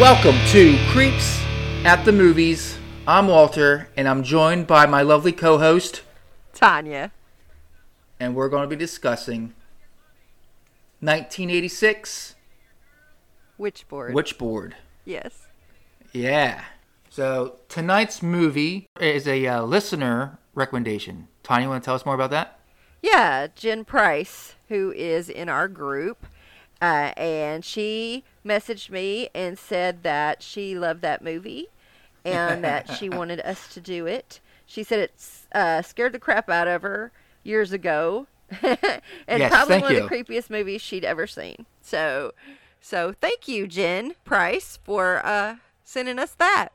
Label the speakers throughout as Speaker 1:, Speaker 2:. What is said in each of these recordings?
Speaker 1: Welcome to Creeps at the Movies. I'm Walter, and I'm joined by my lovely co host,
Speaker 2: Tanya.
Speaker 1: and we're going to be discussing 1986
Speaker 2: Witchboard.
Speaker 1: Witchboard.
Speaker 2: Yes.
Speaker 1: Yeah. So, tonight's movie is a uh, listener recommendation. Tanya, want to tell us more about that?
Speaker 2: Yeah, Jen Price, who is in our group, uh, and she messaged me and said that she loved that movie and that she wanted us to do it. She said it uh, scared the crap out of her years ago, and
Speaker 1: Yes,
Speaker 2: probably
Speaker 1: thank
Speaker 2: one
Speaker 1: you.
Speaker 2: of the creepiest movies she'd ever seen. So, so thank you, Jen Price, for uh, sending us that.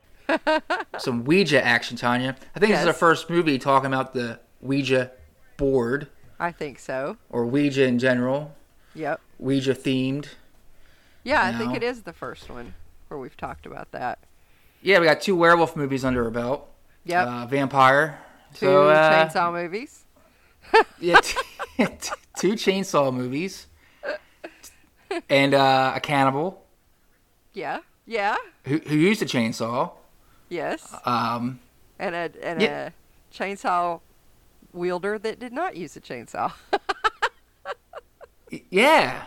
Speaker 1: Some Ouija action, Tanya. I think this is our
Speaker 2: Yes.
Speaker 1: first movie talking about the Ouija board
Speaker 2: I think so.
Speaker 1: or Ouija in general,
Speaker 2: Yep.
Speaker 1: Ouija themed.
Speaker 2: Yeah, I think
Speaker 1: No.
Speaker 2: it is the first one where we've talked about that.
Speaker 1: Yeah, we got two werewolf movies under our belt.
Speaker 2: Yep.
Speaker 1: Uh, vampire.
Speaker 2: Two
Speaker 1: So, uh,
Speaker 2: chainsaw movies.
Speaker 1: Yeah, t- t- two chainsaw movies. And uh, a cannibal
Speaker 2: Yeah. Yeah.
Speaker 1: who, who used a chainsaw.
Speaker 2: Yes.
Speaker 1: Um,
Speaker 2: And a and
Speaker 1: yeah.
Speaker 2: a chainsaw wielder that did not use a chainsaw.
Speaker 1: y- yeah.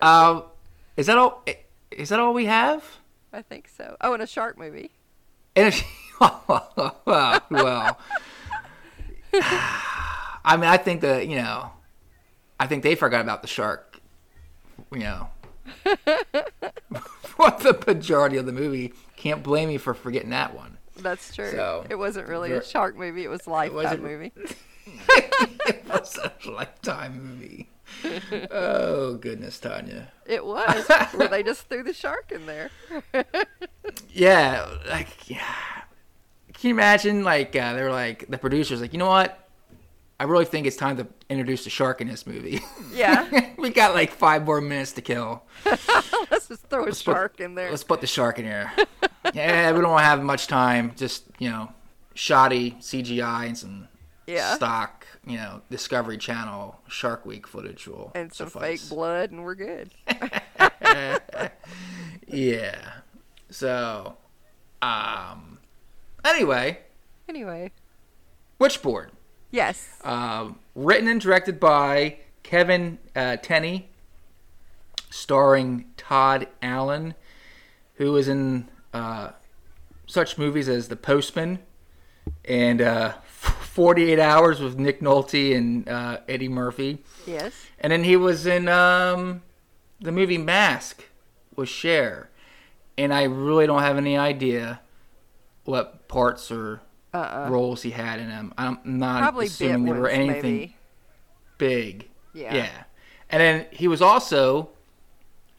Speaker 1: Um, is that all? i- Is that all we have?
Speaker 2: I think so. Oh, and a shark movie.
Speaker 1: And if, well, I mean, I think that you know, I think they forgot about the shark. You know, for the majority of the movie, can't blame me for forgetting that one.
Speaker 2: That's true.
Speaker 1: So,
Speaker 2: it wasn't really
Speaker 1: ver-
Speaker 2: a shark movie. It was lifetime
Speaker 1: wasn't-
Speaker 2: movie.
Speaker 1: it was a lifetime movie. Oh goodness, Tanya.
Speaker 2: It was where they just threw the shark in there.
Speaker 1: Yeah, like yeah. Can you imagine? Like uh, they're like the producers, like you know what? I really think it's time to introduce the shark in this movie.
Speaker 2: Yeah.
Speaker 1: we got like five more minutes to kill.
Speaker 2: Let's just throw a
Speaker 1: put-
Speaker 2: shark in there.
Speaker 1: Let's put the shark in here. yeah, we don't have much time. Just you know, shoddy CGI and some
Speaker 2: Yeah.
Speaker 1: stock, you know, Discovery Channel Shark Week footage will
Speaker 2: And some
Speaker 1: suffice.
Speaker 2: fake blood and we're good.
Speaker 1: Yeah. So, um, anyway,
Speaker 2: Anyway.
Speaker 1: Witchboard,
Speaker 2: Yes.
Speaker 1: um, written and directed by Kevin uh, Tenney, starring Todd Allen, who is in uh, such movies as The Postman and uh, 48 Hours with Nick Nolte and uh, Eddie Murphy.
Speaker 2: Yes.
Speaker 1: And then he was in um, the movie Mask with Cher. And I really don't have any idea what parts or
Speaker 2: Uh-uh.
Speaker 1: roles he had in them. I'm not
Speaker 2: Probably bit
Speaker 1: assuming they were
Speaker 2: ones,
Speaker 1: anything
Speaker 2: maybe.
Speaker 1: big.
Speaker 2: Yeah.
Speaker 1: And then he was also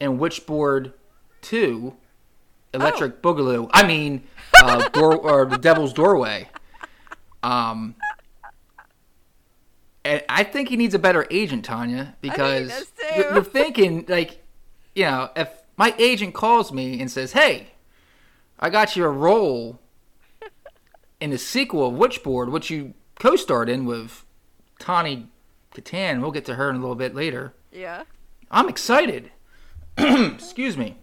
Speaker 1: in Witchboard 2, Electric Boogaloo. I mean, uh, door, or The Devil's Doorway. Um, and I think he needs a better agent, Tanya, because
Speaker 2: does
Speaker 1: you're,
Speaker 2: too.
Speaker 1: you're thinking, like, you know, if my agent calls me and says, hey, I got you a role in the sequel of Witchboard, which you co starred in with Tawny Katan. We'll get to her in a little bit later.
Speaker 2: Yeah.
Speaker 1: I'm excited. Excuse me.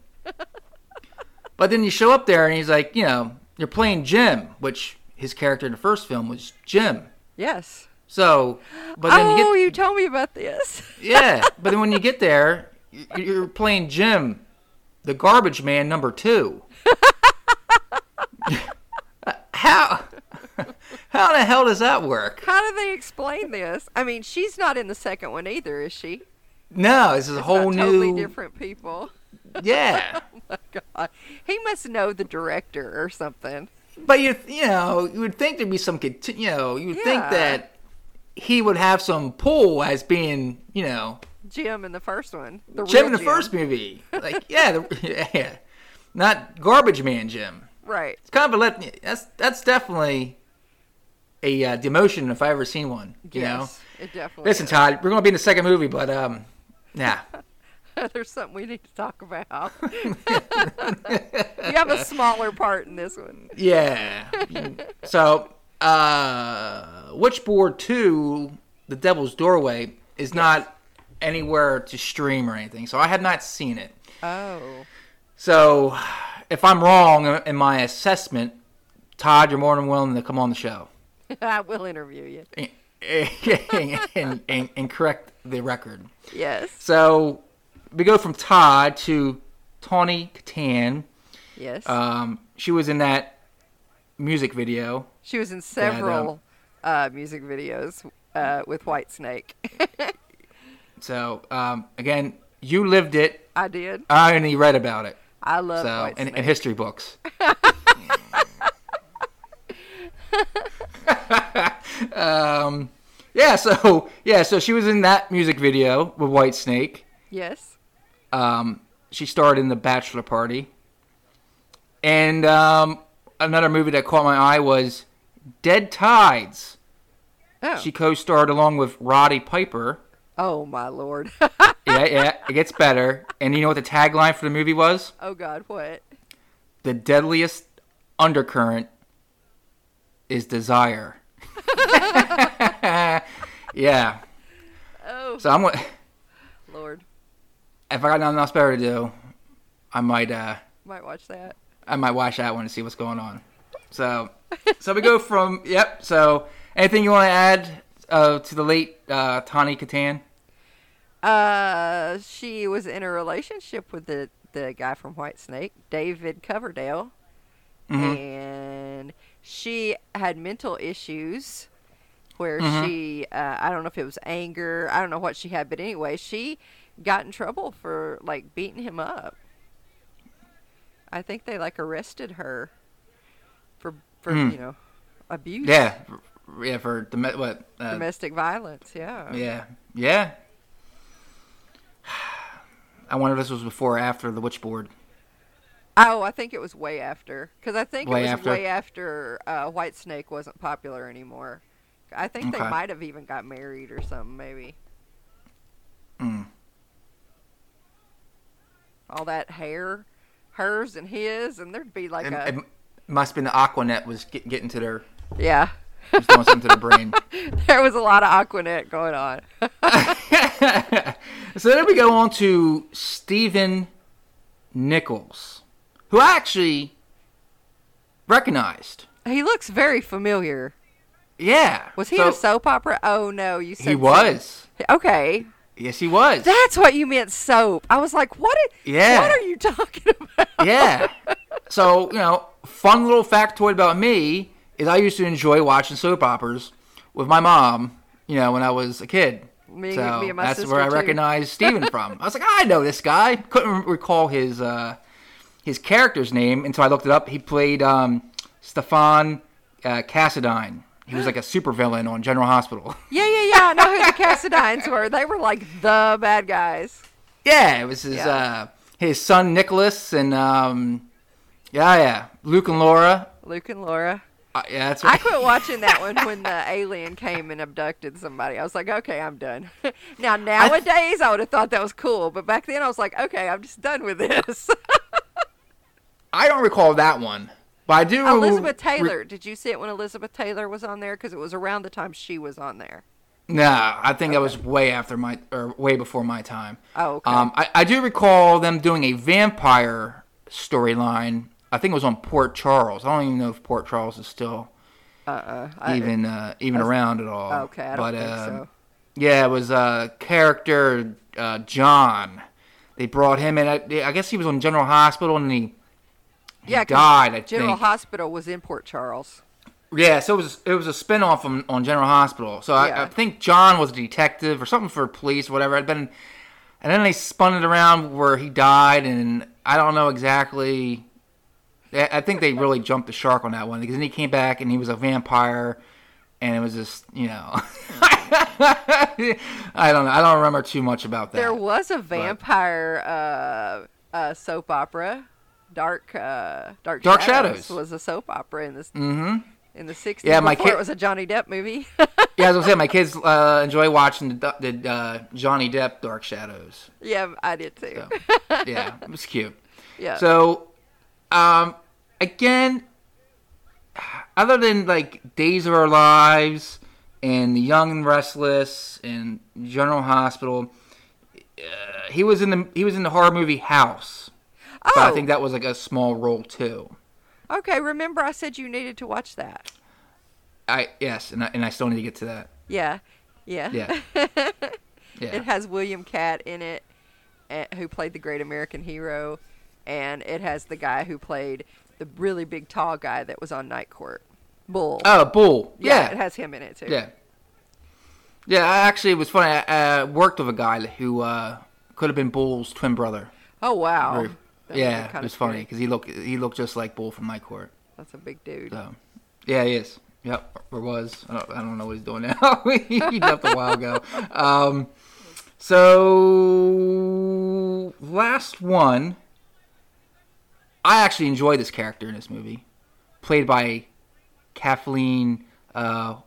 Speaker 1: But then you show up there and he's like, you know, you're playing Jim, which his character in the first film was Jim.
Speaker 2: Yes.
Speaker 1: So, but then you
Speaker 2: oh,
Speaker 1: get
Speaker 2: you told me about this.
Speaker 1: yeah, but then when you get there, y- you're playing Jim, the garbage man number two. how how the hell does that work?
Speaker 2: How do they explain this? I mean, she's not in the second one either, is she?
Speaker 1: Oh, No, this is a whole
Speaker 2: About
Speaker 1: new.
Speaker 2: totally different people.
Speaker 1: Yeah,
Speaker 2: Oh my God, he must know the director or something.
Speaker 1: but you you know you would think there'd be some conti- you know you would think
Speaker 2: Yeah.
Speaker 1: that he would have some pull as being you know
Speaker 2: Jim in the first one, the
Speaker 1: Jim
Speaker 2: real
Speaker 1: in the first movie like yeah the, yeah not garbage man Jim.
Speaker 2: right?
Speaker 1: It's kind of a let. That's that's definitely a uh, demotion if I ever seen one. You
Speaker 2: yes, it
Speaker 1: know.
Speaker 2: definitely.
Speaker 1: Listen, Todd, we're gonna be in the second movie, but um, nah.
Speaker 2: is. there's something we need to talk about. you have a smaller part in this one.
Speaker 1: Yeah. so, uh, Witchboard 2, The Devil's Doorway, is not anywhere to stream or anything. So, I have not seen it.
Speaker 2: Oh,
Speaker 1: So, if I'm wrong in my assessment, Todd, you're more than willing to come on the show
Speaker 2: I will interview you.
Speaker 1: and, and, and, and correct the record.
Speaker 2: Yes,
Speaker 1: So, we go from Todd to Tawny Katan.
Speaker 2: yes.
Speaker 1: Um, she was in that music video.
Speaker 2: she was in
Speaker 1: I don't-
Speaker 2: several uh, music videos uh, with Whitesnake.
Speaker 1: So um, again, you lived it.
Speaker 2: I did.
Speaker 1: I only read about it.
Speaker 2: I love
Speaker 1: So
Speaker 2: Whitesnake.
Speaker 1: in, in history books. um, yeah. So yeah. So she was in that music video with White Snake.
Speaker 2: yes.
Speaker 1: Um, she starred in the Bachelor Party. And um, another movie that caught my eye was Dead Tides.
Speaker 2: Oh.
Speaker 1: She co-starred along with Roddy Piper.
Speaker 2: oh my lord.
Speaker 1: yeah, yeah, it gets better. And you know what the tagline for the movie was?
Speaker 2: oh God, what?
Speaker 1: The deadliest undercurrent is desire. yeah.
Speaker 2: Oh
Speaker 1: So I'm gonna
Speaker 2: Lord,
Speaker 1: if I got nothing else better to do, I might uh
Speaker 2: might watch that.
Speaker 1: I might watch that one and see what's going on. So so we go from yep, so anything you wanna add uh, to the late uh Tawny Katan?
Speaker 2: Uh, she was in a relationship with the the guy from White Snake, David Coverdale,
Speaker 1: Mhm.
Speaker 2: and she had mental issues where
Speaker 1: Mhm.
Speaker 2: she uh, I don't know if it was anger, I don't know what she had, but anyway, she got in trouble for like beating him up. I think they like arrested her for for
Speaker 1: Hmm.
Speaker 2: you know abuse,
Speaker 1: Yeah. Yeah, for dom- what uh,
Speaker 2: domestic violence, yeah.
Speaker 1: Yeah. Yeah. I wonder if this was before or after the witch board.
Speaker 2: Oh, I think it was way after because I think
Speaker 1: Way
Speaker 2: it was
Speaker 1: after?
Speaker 2: way after uh, White Snake wasn't popular anymore. I think they
Speaker 1: Okay.
Speaker 2: might have even got married or something, maybe.
Speaker 1: Mm.
Speaker 2: All that hair, hers and his, and there'd be like
Speaker 1: It,
Speaker 2: a
Speaker 1: it must have been the Aquanet was get, getting to their
Speaker 2: yeah.
Speaker 1: was doing something to their brain.
Speaker 2: there was a lot of Aquanet going on.
Speaker 1: so then we go on to Stephen Nichols, who I actually recognized.
Speaker 2: he looks very familiar.
Speaker 1: Yeah.
Speaker 2: Was he
Speaker 1: So-
Speaker 2: a soap opera? Oh no, you said
Speaker 1: He was.
Speaker 2: Okay,
Speaker 1: Yes, he was.
Speaker 2: that's what you meant soap. I was like, what? i-
Speaker 1: Yeah.
Speaker 2: What are you talking about?
Speaker 1: yeah. So, you know, fun little factoid about me is I used to enjoy watching soap operas with my mom, you know, when I was a kid.
Speaker 2: Me-
Speaker 1: so
Speaker 2: me and my
Speaker 1: that's
Speaker 2: sister,
Speaker 1: where I
Speaker 2: too.
Speaker 1: recognized Steven from. I was like, I know this guy. Couldn't recall his uh, his character's name until I looked it up. He played um, Stefan uh, Cassadine. He was like a supervillain on General Hospital.
Speaker 2: Yeah, yeah, yeah. I know who the Cassadines were. They were like the bad guys.
Speaker 1: Yeah, it was his
Speaker 2: Yeah.
Speaker 1: uh, his son Nicholas and um, yeah, yeah, Luke and Laura.
Speaker 2: Luke and Laura.
Speaker 1: Uh, yeah, that's
Speaker 2: I quit watching that one when the alien came and abducted somebody. I was like, okay, I'm done. now nowadays, I, would have thought that was cool, but back then I was like, okay, I'm just done with this.
Speaker 1: I don't recall that one, but I do.
Speaker 2: Elizabeth
Speaker 1: re-
Speaker 2: Taylor. did you see it when Elizabeth Taylor was on there? Because it was around the time she was on there.
Speaker 1: no, I think that was way after my or way before my time.
Speaker 2: Oh, okay.
Speaker 1: Um, I, I do recall them doing a vampire storyline. I think it was on Port Charles. I don't even know if Port Charles is still
Speaker 2: Uh-uh. I-
Speaker 1: even uh, even around at all.
Speaker 2: okay, I don't
Speaker 1: but,
Speaker 2: think
Speaker 1: um,
Speaker 2: so.
Speaker 1: Yeah, it was uh, character uh, John. They brought him in. I, I guess he was on General Hospital and he, he
Speaker 2: Yeah, 'cause
Speaker 1: died. I
Speaker 2: General
Speaker 1: think.
Speaker 2: Hospital was in Port Charles.
Speaker 1: Yeah, so it was it was a spinoff on, on General Hospital. So I,
Speaker 2: Yeah.
Speaker 1: I think John was a detective or something for police, whatever. I'd been And then they spun it around where he died, and I don't know exactly. I I think they really jumped the shark on that one because then he came back and he was a vampire, and it was just you know. I don't know. I don't remember too much about that.
Speaker 3: There was a vampire uh, uh, soap opera. Dark, uh, Dark,
Speaker 1: Dark Shadows.
Speaker 3: was a soap opera in the
Speaker 1: mm-hmm.
Speaker 3: in the '60s.
Speaker 1: Yeah, my
Speaker 3: before
Speaker 1: kid-
Speaker 3: it was a Johnny Depp movie.
Speaker 1: Yeah, as I was saying, my kids uh, enjoy watching the, the uh, Johnny Depp Dark Shadows.
Speaker 3: yeah, I did too.
Speaker 1: Yeah, it was cute.
Speaker 3: Yeah,
Speaker 1: So, um, again, other than like Days of Our Lives and The Young and Restless and General Hospital, uh, he was in the he was in the horror movie House,
Speaker 3: oh,
Speaker 1: but I think that was like a small role too.
Speaker 3: okay. Remember, I said you needed to watch that.
Speaker 1: I yes, and I, and I still need to get to that.
Speaker 3: Yeah, yeah,
Speaker 1: Yeah.
Speaker 3: It
Speaker 1: Yeah,
Speaker 3: has William Cat in it, eh, who played the Great American Hero, and it has the guy who played the really big tall guy that was on Night Court, Bull.
Speaker 1: oh, Bull.
Speaker 3: it
Speaker 1: Yeah,
Speaker 3: has him in it too.
Speaker 1: Yeah. Yeah, I actually it was funny. I uh, worked with a guy who uh, could have been Bull's twin brother.
Speaker 3: Oh wow.
Speaker 1: Very-
Speaker 3: That would've been
Speaker 1: yeah, it
Speaker 3: kinda
Speaker 1: was funny
Speaker 3: scary.
Speaker 1: because he looked he looked just like Bull from my court.
Speaker 3: That's a big dude.
Speaker 1: So, yeah, he is. Yep, or was. I don't, I don't know what he's doing now. he left a while ago. Um, so last one. I actually enjoy this character in this movie, played by Kathleen uh,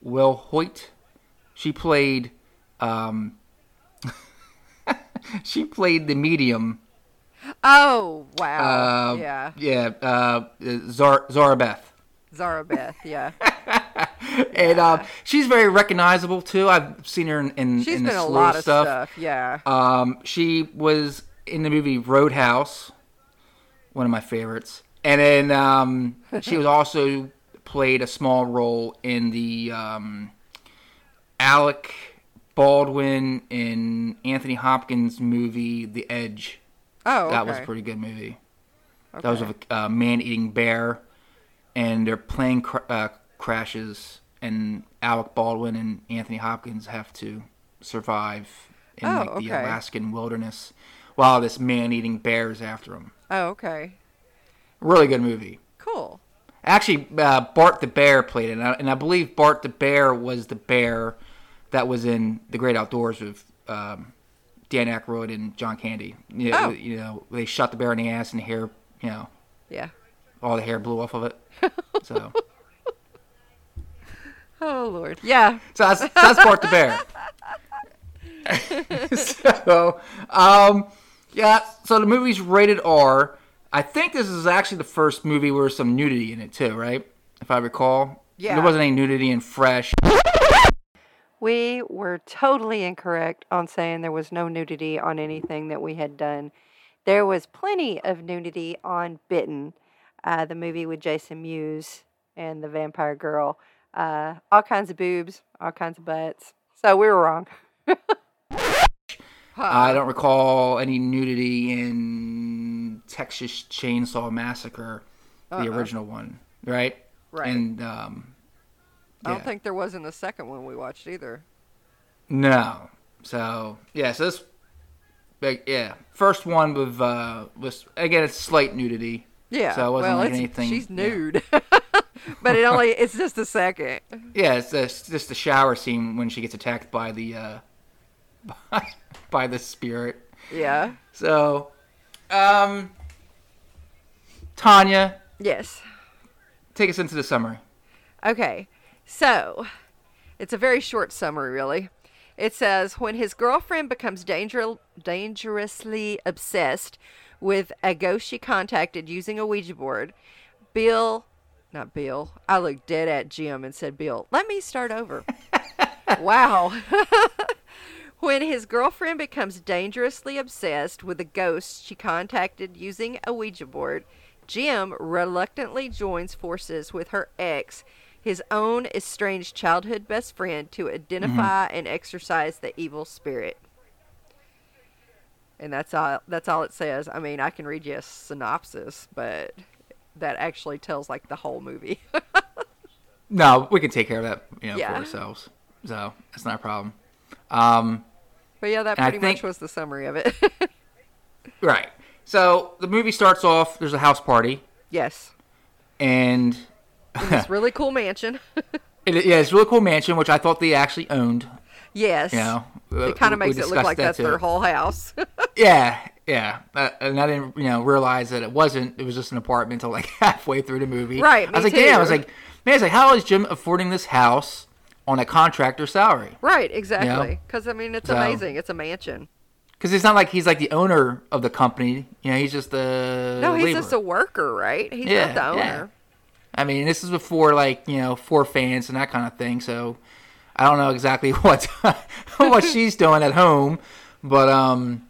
Speaker 1: Will Hoyt. She played. Um, she played the medium.
Speaker 3: Oh wow.
Speaker 1: Uh,
Speaker 3: yeah,
Speaker 1: Yeah. Uh, Zar- Zara Beth.
Speaker 3: Zara Beth. Yeah,
Speaker 1: and um, she's very recognizable too. I've seen her in in,
Speaker 3: she's
Speaker 1: in
Speaker 3: been
Speaker 1: the
Speaker 3: a
Speaker 1: slow
Speaker 3: lot of
Speaker 1: stuff.
Speaker 3: stuff. Yeah.
Speaker 1: Um, she was in the movie Roadhouse, one of my favorites, and then um, she was also played a small role in the um, Alec Baldwin and Anthony Hopkins movie The Edge.
Speaker 3: Oh,
Speaker 1: That was a
Speaker 3: okay.
Speaker 1: pretty good movie.
Speaker 3: Okay.
Speaker 1: That was of a uh, man-eating bear, and their plane cr- uh, crashes, and Alec Baldwin and Anthony Hopkins have to survive in
Speaker 3: Oh,
Speaker 1: like the
Speaker 3: okay.
Speaker 1: Alaskan wilderness while this man-eating bear is after him.
Speaker 3: Oh, okay.
Speaker 1: Really good movie.
Speaker 3: Cool.
Speaker 1: Actually, uh, Bart the bear played it, and I, and I believe Bart the bear was the bear that was in The Great Outdoors with um, Dan Aykroyd and John Candy. You know,
Speaker 3: Oh.
Speaker 1: you know, they shot the bear in the ass, and the hair, you know
Speaker 3: Yeah.
Speaker 1: all the hair blew off of it. So,
Speaker 3: Oh Lord. Yeah.
Speaker 1: so that's, that's Bart the Bear. so, um, yeah, so the movie's rated R. I think this is actually the first movie where there's some nudity in it, too, right? If I recall.
Speaker 3: Yeah.
Speaker 1: There wasn't any nudity in Fresh.
Speaker 3: We were totally incorrect on saying there was no nudity on anything that we had done. There was plenty of nudity on Bitten, uh, the movie with Jason Mewes and the vampire girl. Uh, all kinds of boobs, all kinds of butts. So we were wrong.
Speaker 2: Uh,
Speaker 1: I don't recall any nudity in Texas Chainsaw Massacre,
Speaker 2: Uh-uh.
Speaker 1: the original one, right?
Speaker 3: Right.
Speaker 1: And, um,
Speaker 2: I don't
Speaker 1: yeah.
Speaker 2: think there was in the second one we watched either.
Speaker 1: No. So yeah, so this big yeah. First one with uh was again it's slight nudity.
Speaker 2: Yeah.
Speaker 1: So it wasn't
Speaker 2: well,
Speaker 1: like
Speaker 2: it's-
Speaker 1: anything-
Speaker 2: She's
Speaker 1: yeah.
Speaker 2: nude, but it only it's just the second.
Speaker 1: Yeah, it's just, just the shower scene when she gets attacked by the uh by, by the spirit.
Speaker 2: Yeah.
Speaker 1: So um Tanya,
Speaker 2: Yes.
Speaker 1: take us into the summary.
Speaker 2: Okay. So, it's a very short summary, really. It says when his girlfriend becomes danger- dangerously obsessed with a ghost she contacted using a Ouija board, Bill, not Bill, I looked dead at Jim and said, Bill, let me start over. wow. when his girlfriend becomes dangerously obsessed with a ghost she contacted using a Ouija board, Jim reluctantly joins forces with her ex, his own estranged childhood best friend, to identify
Speaker 1: Mm-hmm.
Speaker 2: and exorcise the evil spirit. And that's all. That's all it says. I mean, I can read you a synopsis, but that actually tells like the whole movie.
Speaker 1: No, we can take care of that, you know,
Speaker 2: Yeah.
Speaker 1: for ourselves. So that's not a problem. Um
Speaker 2: But yeah, that
Speaker 1: And I
Speaker 2: pretty
Speaker 1: think-
Speaker 2: much was the summary of it.
Speaker 1: Right. So the movie starts off. There's a house party,
Speaker 2: yes.
Speaker 1: and
Speaker 2: This really cool mansion.
Speaker 1: it, yeah, it's a really cool mansion, which I thought they actually owned.
Speaker 2: yes.
Speaker 1: You know, Uh,
Speaker 2: It kind of makes it look like that's their whole house.
Speaker 1: Yeah, yeah. Uh, and I didn't, you know, realize that it wasn't. It was just an apartment until like halfway through the movie.
Speaker 2: Right,
Speaker 1: I was
Speaker 2: me
Speaker 1: like, damn. I
Speaker 2: too.
Speaker 1: was like, man, it's like, how is Jim affording this house on a contractor salary?
Speaker 2: right, exactly. Because, I mean, it's
Speaker 1: So-
Speaker 2: amazing. It's a mansion.
Speaker 1: Because it's not like he's like the owner of the company. You know, he's just the
Speaker 2: No, he's
Speaker 1: laborer.
Speaker 2: just a worker, right? He's
Speaker 1: Yeah,
Speaker 2: not the
Speaker 1: yeah.
Speaker 2: owner.
Speaker 1: I mean, this is before like you know for fans and that kind of thing. So I don't know exactly what what she's doing at home, but um,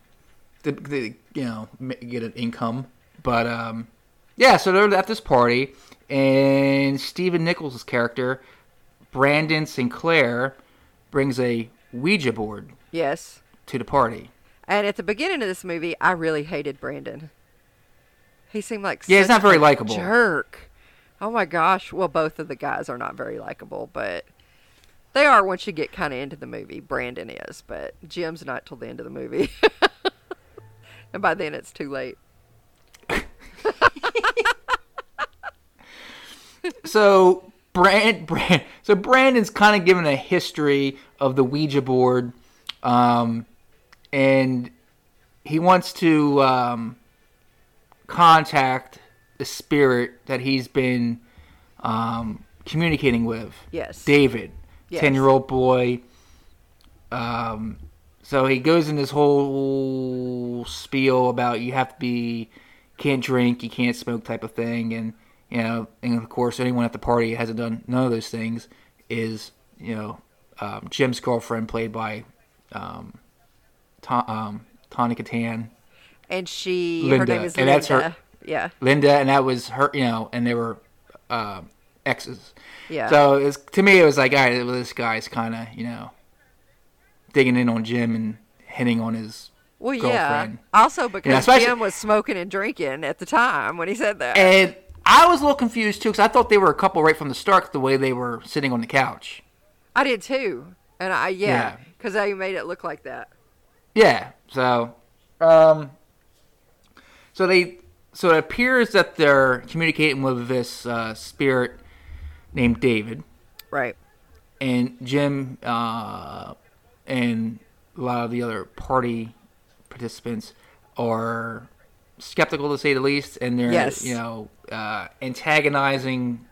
Speaker 1: to, to, you know ma- get an income. But um, yeah, so they're at this party, and Stephen Nichols' character, Brandon Sinclair, brings a Ouija board
Speaker 2: Yes.
Speaker 1: to the party.
Speaker 2: And at the beginning of this movie, I really hated Brandon. He seemed like
Speaker 1: Yeah, he's
Speaker 2: such
Speaker 1: not very
Speaker 2: a
Speaker 1: likable.
Speaker 2: Jerk. Oh my gosh. Well, both of the guys are not very likable, but they are once you get kind of into the movie. Brandon is, but Jim's not till the end of the movie. and by then it's too late.
Speaker 1: So Brand, Brand so Brandon's kind of given a history of the Ouija board, um, and he wants to um, contact the spirit that he's been um, communicating with,
Speaker 2: Yes.
Speaker 1: David,
Speaker 2: Yes.
Speaker 1: ten year old boy. Um, so he goes in this whole spiel about you have to be can't drink, you can't smoke type of thing, and you know, and of course, anyone at the party that hasn't done none of those things is you know um, Jim's girlfriend played by um, Ta um, Tawny Katan,
Speaker 2: And she, her
Speaker 1: Linda,
Speaker 2: name is
Speaker 1: and
Speaker 2: Linda.
Speaker 1: that's her-
Speaker 2: Yeah.
Speaker 1: Linda, and that was her, you know, and they were uh, exes.
Speaker 2: Yeah.
Speaker 1: So it's to me, it was like, all right, well, this guy's kind of, you know, digging in on Jim and hitting on his
Speaker 2: Well,
Speaker 1: girlfriend.
Speaker 2: yeah. Also, because
Speaker 1: especially-
Speaker 2: Jim was smoking and drinking at the time when he said that.
Speaker 1: And I was a little confused too, because I thought they were a couple right from the start, the way they were sitting on the couch.
Speaker 2: I did too. And I, yeah,
Speaker 1: Yeah.
Speaker 2: because they made it look like that.
Speaker 1: Yeah. So, um, so they, so it appears that they're communicating with this uh, spirit named David.
Speaker 2: Right.
Speaker 1: and Jim uh, and a lot of the other party participants are skeptical to say the least, and they're
Speaker 2: Yes.
Speaker 1: you know uh, antagonizing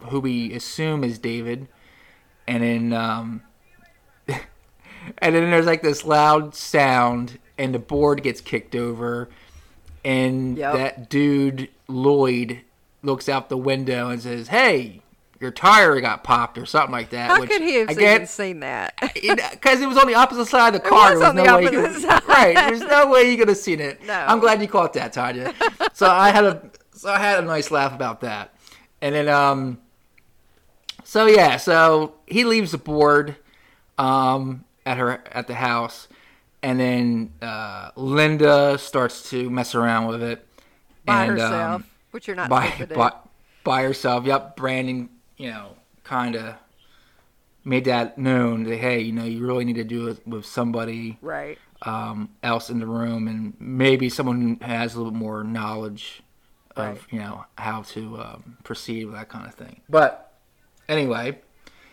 Speaker 1: who we assume is David, and then um, and then there's like this loud sound, and the board gets kicked over, and
Speaker 2: Yep.
Speaker 1: that dude Lloyd looks out the window and says, "Hey." Your tire got popped or something like that.
Speaker 2: How
Speaker 1: which
Speaker 2: could he have
Speaker 1: I
Speaker 2: even
Speaker 1: guess-
Speaker 2: seen that?
Speaker 1: because it was on the opposite side of the car.
Speaker 2: was
Speaker 1: There
Speaker 2: on the
Speaker 1: no way you
Speaker 2: opposite
Speaker 1: could-
Speaker 2: side.
Speaker 1: Right. There's no way you could have seen it.
Speaker 2: No.
Speaker 1: I'm glad you caught that, Tanya. so I had a so I had a nice laugh about that. And then um so yeah, so he leaves the board um at her at the house and then uh Linda starts to mess around with it.
Speaker 2: by
Speaker 1: and, um,
Speaker 2: herself, which you're not
Speaker 1: by,
Speaker 2: supposed to do.
Speaker 1: by by herself. Yep, Brandon, you know, kind of made that known that hey, you know, you really need to do it with somebody
Speaker 2: right.
Speaker 1: um, else in the room, and maybe someone who has a little more knowledge of
Speaker 2: Right.
Speaker 1: you know how to um, proceed with that kind of thing. But anyway,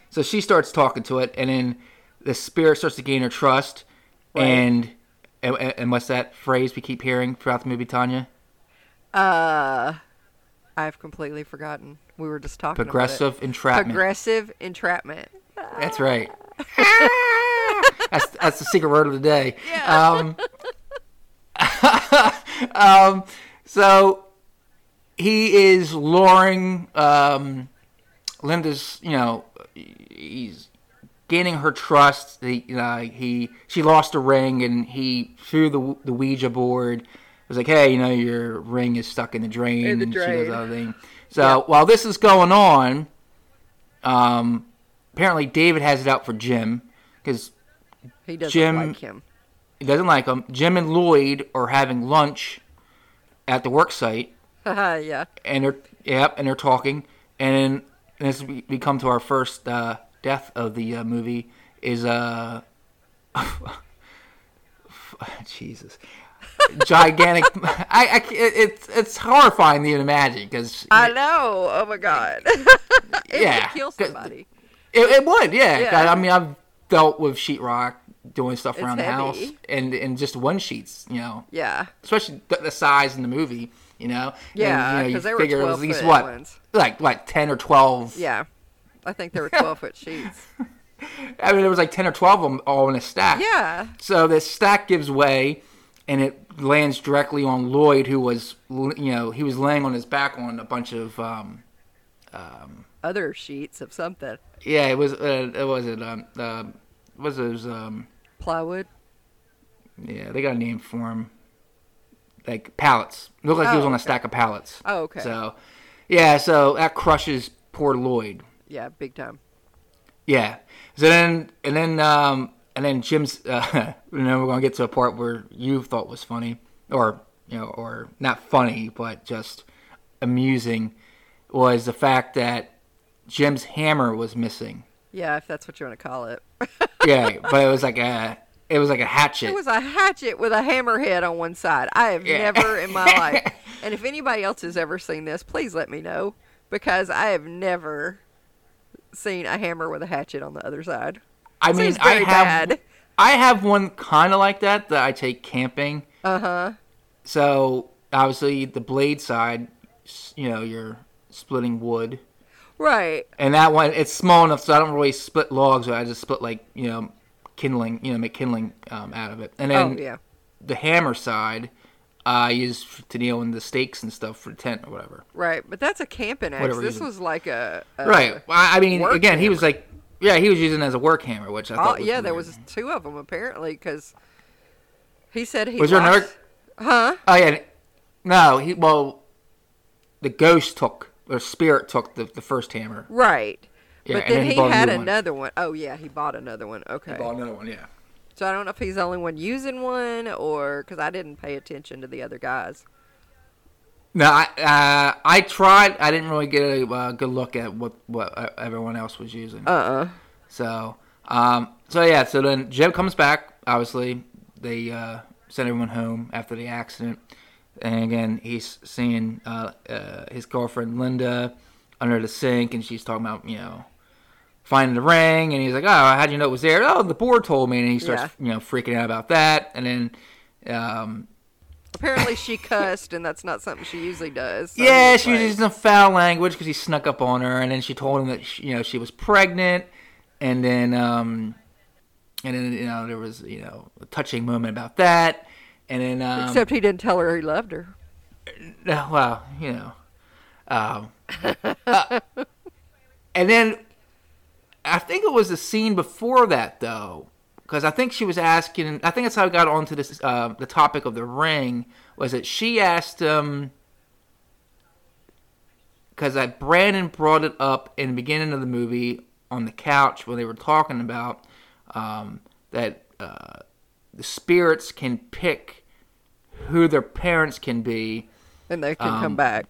Speaker 1: so she starts talking to it, and then the spirit starts to gain her trust, and. And, and what's that phrase we keep hearing throughout the movie, Tanya?
Speaker 2: Uh, I've completely forgotten. We were just talking about
Speaker 1: Progressive
Speaker 2: it.
Speaker 1: entrapment.
Speaker 2: Progressive entrapment.
Speaker 1: That's right. that's, that's the secret word of the day. Um, um, so he is luring um, Linda's, you know, he's gaining her trust. The, uh, he she lost a ring, and he threw the the Ouija board. It was like, hey, you know, your ring is stuck in the drain.
Speaker 2: In the
Speaker 1: and she does
Speaker 2: drain.
Speaker 1: other thing. So while this is going on, um, apparently David has it out for Jim because
Speaker 2: He doesn't
Speaker 1: Jim-
Speaker 2: like him.
Speaker 1: he doesn't like him. Jim and Lloyd are having lunch at the work site,
Speaker 2: yeah.
Speaker 1: and they're yep, and they're talking. And this we we come to our first uh, death of the uh, movie is uh, Jesus, gigantic. I, I, it's it's horrifying to even imagine because
Speaker 2: I know. Oh my God. it
Speaker 1: Yeah.
Speaker 2: would kill
Speaker 1: Good-
Speaker 2: somebody.
Speaker 1: It, it would, yeah.
Speaker 2: Yeah.
Speaker 1: God, I mean, I've dealt with sheetrock doing stuff
Speaker 2: It's
Speaker 1: around the house
Speaker 2: heavy.
Speaker 1: and and just one sheets, you know,
Speaker 2: Yeah.
Speaker 1: especially the, the size in the movie, you know. And,
Speaker 2: Yeah,
Speaker 1: you know, you
Speaker 2: 'cause they were
Speaker 1: figure it was
Speaker 2: 12
Speaker 1: at least
Speaker 2: foot
Speaker 1: what,
Speaker 2: ones.
Speaker 1: like like ten or twelve.
Speaker 2: Yeah. I think there were 12 foot sheets.
Speaker 1: I mean, there was like ten or twelve of them all in a stack.
Speaker 2: Yeah.
Speaker 1: So this stack gives way, and it lands directly on Lloyd, who was l- you know he was laying on his back on a bunch of um
Speaker 2: Other sheets of something.
Speaker 1: yeah it was uh, it was it um uh, was those um
Speaker 2: Plywood.
Speaker 1: Yeah, they got a name for him. Like pallets. It looked like he was
Speaker 2: Oh,
Speaker 1: on a stack of pallets.
Speaker 2: Oh, okay.
Speaker 1: So, yeah, so that crushes poor Lloyd.
Speaker 2: Yeah. Big time.
Speaker 1: Yeah. So then, and then, um, and then Jim's, uh, and then we're going to get to a part where you thought was funny, or, you know, or not funny, but just amusing, was the fact that Jim's hammer was missing.
Speaker 2: Yeah. If that's what you want to call it.
Speaker 1: Yeah, but it was like a, it was like a hatchet.
Speaker 2: It was a hatchet with a hammerhead on one side. I have
Speaker 1: Yeah.
Speaker 2: never in my life, and if anybody else has ever seen this, please let me know because I have never seen a hammer with a hatchet on the other side.
Speaker 1: I mean,
Speaker 2: Seems
Speaker 1: I
Speaker 2: very
Speaker 1: have
Speaker 2: bad.
Speaker 1: I have one kind of like that that I take camping.
Speaker 2: Uh huh.
Speaker 1: So obviously the blade side, s- you know, you're splitting wood,
Speaker 2: Right.
Speaker 1: and that one it's small enough so I don't really split logs. I just split like you know, kindling, you know, make kindling um, out of it. And then
Speaker 2: oh yeah.
Speaker 1: the hammer side, I use to nail in the stakes and stuff for the tent or whatever.
Speaker 2: Right. But that's a camping axe.
Speaker 1: Whatever
Speaker 2: This
Speaker 1: reason.
Speaker 2: was like a, a
Speaker 1: right. Well, I I mean,
Speaker 2: Oh. work
Speaker 1: again, he was like, yeah, he was using it as a work hammer, which I
Speaker 2: Oh
Speaker 1: thought. Was
Speaker 2: yeah, there
Speaker 1: weird.
Speaker 2: was two of them apparently because he said he
Speaker 1: Was there another-
Speaker 2: lost- Huh?
Speaker 1: Oh yeah, no. He well, the ghost took or spirit took the, the first hammer.
Speaker 2: Right.
Speaker 1: Yeah,
Speaker 2: but
Speaker 1: and
Speaker 2: then,
Speaker 1: then he
Speaker 2: he,
Speaker 1: bought a
Speaker 2: had
Speaker 1: new one.
Speaker 2: another one. Oh yeah, he bought another one. Okay.
Speaker 1: another one, yeah.
Speaker 2: So I don't know if he's the only one using one or because I didn't pay attention to the other guys.
Speaker 1: No, I uh, I tried. I didn't really get a uh, good look at what what uh, everyone else was using.
Speaker 2: Uh uh
Speaker 1: So um so yeah. So then Jeb comes back. Obviously, they uh, sent everyone home after the accident. And again, he's seeing uh, uh, his girlfriend Linda under the sink, and she's talking about you know finding the ring, and he's like, "Oh, how'd you know it was there?" Oh, the board told me, and he starts you know freaking out about that, and then. Um,
Speaker 2: Apparently she cussed, and that's not something she usually does. so
Speaker 1: yeah,
Speaker 2: it's
Speaker 1: she was
Speaker 2: like-
Speaker 1: using foul language because he snuck up on her, and then she told him that she, you know she was pregnant, and then um, and then you know there was you know a touching moment about that, and then um,
Speaker 2: Except he didn't tell her he loved her.
Speaker 1: uh, well you know, um, uh, and then I think it was the scene before that though, because I think she was asking. I think that's how I got onto this uh, the topic of the ring was that she asked um, him. because I Brandon brought it up in the beginning of the movie on the couch when they were talking about um, that uh, the spirits can pick who their parents can be
Speaker 2: And they can
Speaker 1: Um,
Speaker 2: come back.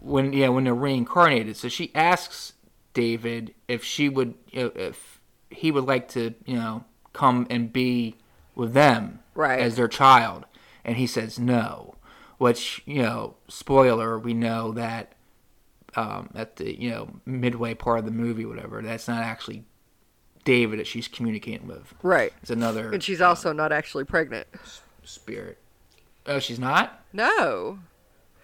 Speaker 1: when yeah when they're reincarnated. So she asks David if she would you know, if he would like to you know come and be with them
Speaker 2: Right.
Speaker 1: as their child, and he says no. Which you know, spoiler, we know that um, at the you know midway part of the movie, whatever, that's not actually David that she's communicating with.
Speaker 2: Right.
Speaker 1: It's another
Speaker 2: And she's also not actually pregnant.
Speaker 1: spirit. Oh, she's not.
Speaker 2: No.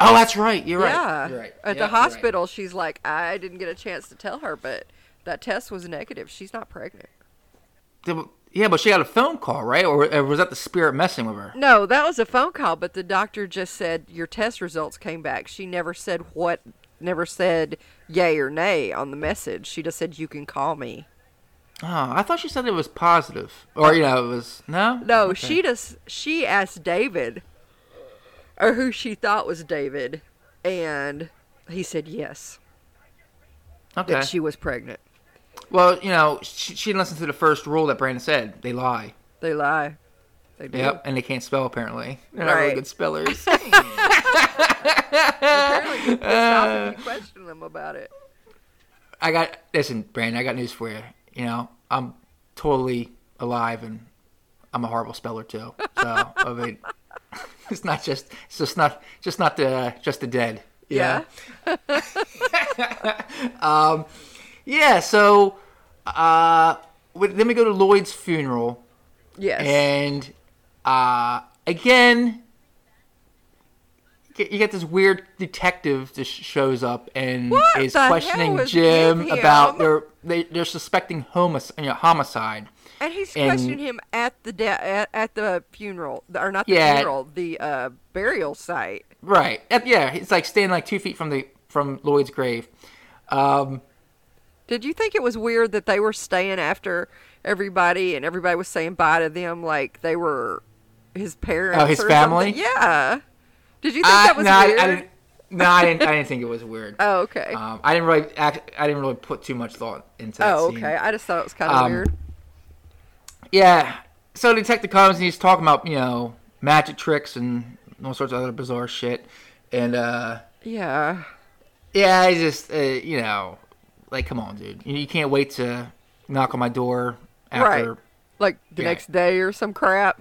Speaker 1: Oh, that's right. You're right.
Speaker 2: yeah.
Speaker 1: You're right.
Speaker 2: At
Speaker 1: Yeah,
Speaker 2: the
Speaker 1: you're right.
Speaker 2: hospital, she's like, I didn't get a chance to tell her, but that test was negative. She's not pregnant.
Speaker 1: Yeah, but she got a phone call, right? Or, or was that the spirit messing with her?
Speaker 2: No, that was a phone call, but the doctor just said your test results came back. She never said what, never said yay or nay on the message. She just said you can call me.
Speaker 1: Oh, I thought she said it was positive, or you know, it was no.
Speaker 2: No,
Speaker 1: Okay.
Speaker 2: she just she asked David or who she thought was David, and he said yes
Speaker 1: Okay.
Speaker 2: that she was pregnant.
Speaker 1: well, you know, she, she didn't listen to the first rule that Brandon said. They lie.
Speaker 2: They lie. They do.
Speaker 1: Yep, and they can't spell apparently. They're not
Speaker 2: Right.
Speaker 1: really good spellers.
Speaker 2: Apparently, you pissed off
Speaker 1: Uh,
Speaker 2: if you question them about it.
Speaker 1: I got listen, Brandon. I got news for you. You know, I'm totally alive and I'm a horrible speller too. So I mean, it's not just it's just not just not the just the dead. you know? Yeah. So uh, wait, then we go to Lloyd's funeral,
Speaker 3: Yes.
Speaker 1: and uh, again, you get this weird detective just shows up and
Speaker 2: What
Speaker 1: is
Speaker 2: the hell
Speaker 1: questioning
Speaker 2: is
Speaker 1: Jim
Speaker 2: with him?
Speaker 1: about their they, they're suspecting homicide. You know, homicide.
Speaker 2: And he's
Speaker 1: And-
Speaker 2: questioning him at the de- at, at the funeral, or not the
Speaker 1: Yeah.
Speaker 2: funeral, the uh, burial site.
Speaker 1: Right. Uh, Yeah, it's like staying like two feet from the from Lloyd's grave. Um,
Speaker 2: Did you think it was weird that they were staying after everybody and everybody was saying bye to them like they were his parents?
Speaker 1: Oh, his
Speaker 2: or
Speaker 1: family?
Speaker 2: something? Yeah. Did you think
Speaker 1: I-
Speaker 2: that was
Speaker 1: no, I-
Speaker 2: weird?
Speaker 1: I, didn't. No, I didn't. I didn't think it was weird.
Speaker 2: oh, okay.
Speaker 1: Um, I didn't really. Act, I didn't really put too much thought into. That
Speaker 2: oh,
Speaker 1: scene.
Speaker 2: okay. I just thought it was kind of
Speaker 1: Um,
Speaker 2: weird.
Speaker 1: Yeah. So the detective comes and he's talking about you know magic tricks and all sorts of other bizarre shit, and uh,
Speaker 2: Yeah.
Speaker 1: yeah, he's just uh, you know like come on, dude, you, you can't wait to knock on my door after.
Speaker 2: Right. Like the
Speaker 1: Yeah.
Speaker 2: next day or some crap.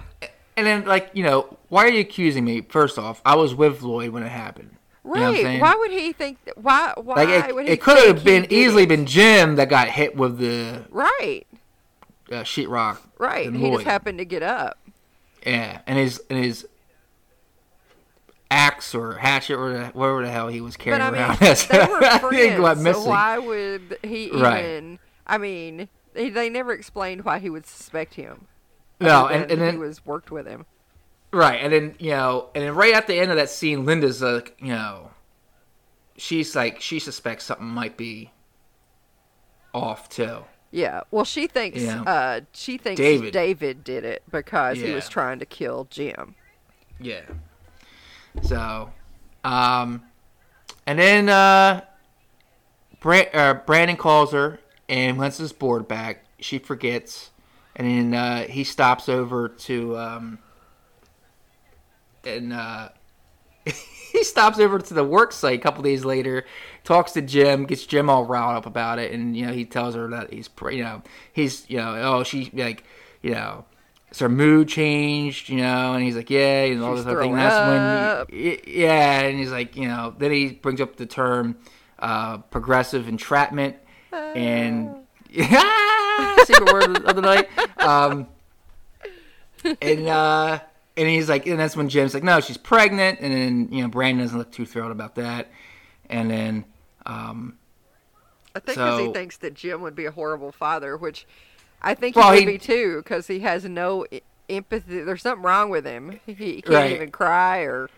Speaker 1: And then like you know why are you accusing me? First off, I was with Lloyd when it happened. You know what I'm
Speaker 2: Right.
Speaker 1: saying?
Speaker 2: why would he think that, why why
Speaker 1: Like it,
Speaker 2: would he
Speaker 1: it could
Speaker 2: think
Speaker 1: have
Speaker 2: he
Speaker 1: been
Speaker 2: did it?
Speaker 1: easily been Jim that got hit with the
Speaker 2: Right.
Speaker 1: uh, sheetrock.
Speaker 2: Right.
Speaker 1: and
Speaker 2: He just
Speaker 1: Lloyd.
Speaker 2: happened to get up.
Speaker 1: Yeah, and his and his axe or hatchet or the- whatever the hell he was carrying
Speaker 2: But I mean,
Speaker 1: around. Yes.
Speaker 2: they were
Speaker 1: I think it went
Speaker 2: friends, so
Speaker 1: missing.
Speaker 2: why would he even?
Speaker 1: Right.
Speaker 2: I mean, they, they never explained why he would suspect him.
Speaker 1: no,
Speaker 2: other
Speaker 1: and,
Speaker 2: than
Speaker 1: and
Speaker 2: he
Speaker 1: then
Speaker 2: was worked with him.
Speaker 1: right, and then you know, and then right at the end of that scene, Linda's like, you know, she's like she suspects something might be off too.
Speaker 2: Yeah. Well, she thinks
Speaker 1: Yeah.
Speaker 2: uh, she thinks
Speaker 1: David.
Speaker 2: David, did it because he was
Speaker 1: Yeah.
Speaker 2: trying to kill Jim.
Speaker 1: Yeah. So, um, and then uh, Bra- uh, Brandon calls her and wants his board back. She forgets, and then uh, he stops over to um, and uh, he stops over to the work site a couple days later. Talks to Jim, gets Jim all riled up about it, and you know he tells her that he's pr- you know he's you know oh she like you know. it's her mood changed, you know, and he's like, "Yeah," and all
Speaker 2: She's
Speaker 1: this other thing.
Speaker 2: throwing
Speaker 1: That's when
Speaker 2: up.
Speaker 1: Y- yeah and he's like you know then he brings up the term uh, progressive entrapment and
Speaker 2: Ah.
Speaker 1: secret word of the night um, and uh and he's like and that's when jim's like no she's pregnant and then you know brandon doesn't look too thrilled about that and then um
Speaker 2: I think because
Speaker 1: So-
Speaker 2: he thinks that Jim would be a horrible father, which I think he
Speaker 1: Well,
Speaker 2: would
Speaker 1: he-
Speaker 2: be too, because he has no e- empathy. There's something wrong with him. He, he can't
Speaker 1: Right.
Speaker 2: even cry or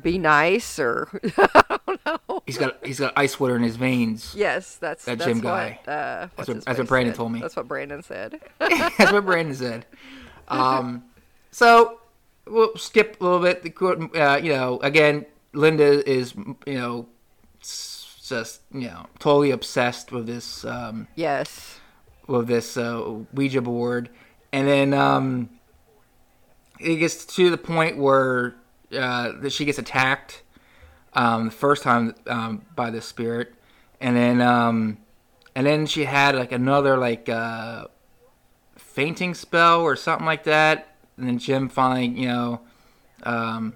Speaker 2: be nice or I don't know.
Speaker 1: he's got he's got ice water in his veins
Speaker 2: Yes, that's
Speaker 1: That
Speaker 2: that's
Speaker 1: Jim
Speaker 2: what,
Speaker 1: guy.
Speaker 2: Uh, what's
Speaker 1: what-
Speaker 2: his
Speaker 1: that's what
Speaker 2: face
Speaker 1: Brandon
Speaker 2: said.
Speaker 1: told me.
Speaker 2: That's what Brandon said.
Speaker 1: That's what Brandon said. Um, so we'll skip a little bit. The court, uh, you know, again, Linda is, you know, s- just you know, totally obsessed with this, um,
Speaker 2: yes.
Speaker 1: with this uh, Ouija board, and then um, it gets to the point where uh, that she gets attacked um, the first time um, by the spirit, and then um, and then she had like another like uh, fainting spell or something like that, and then Jim finally you know. Um,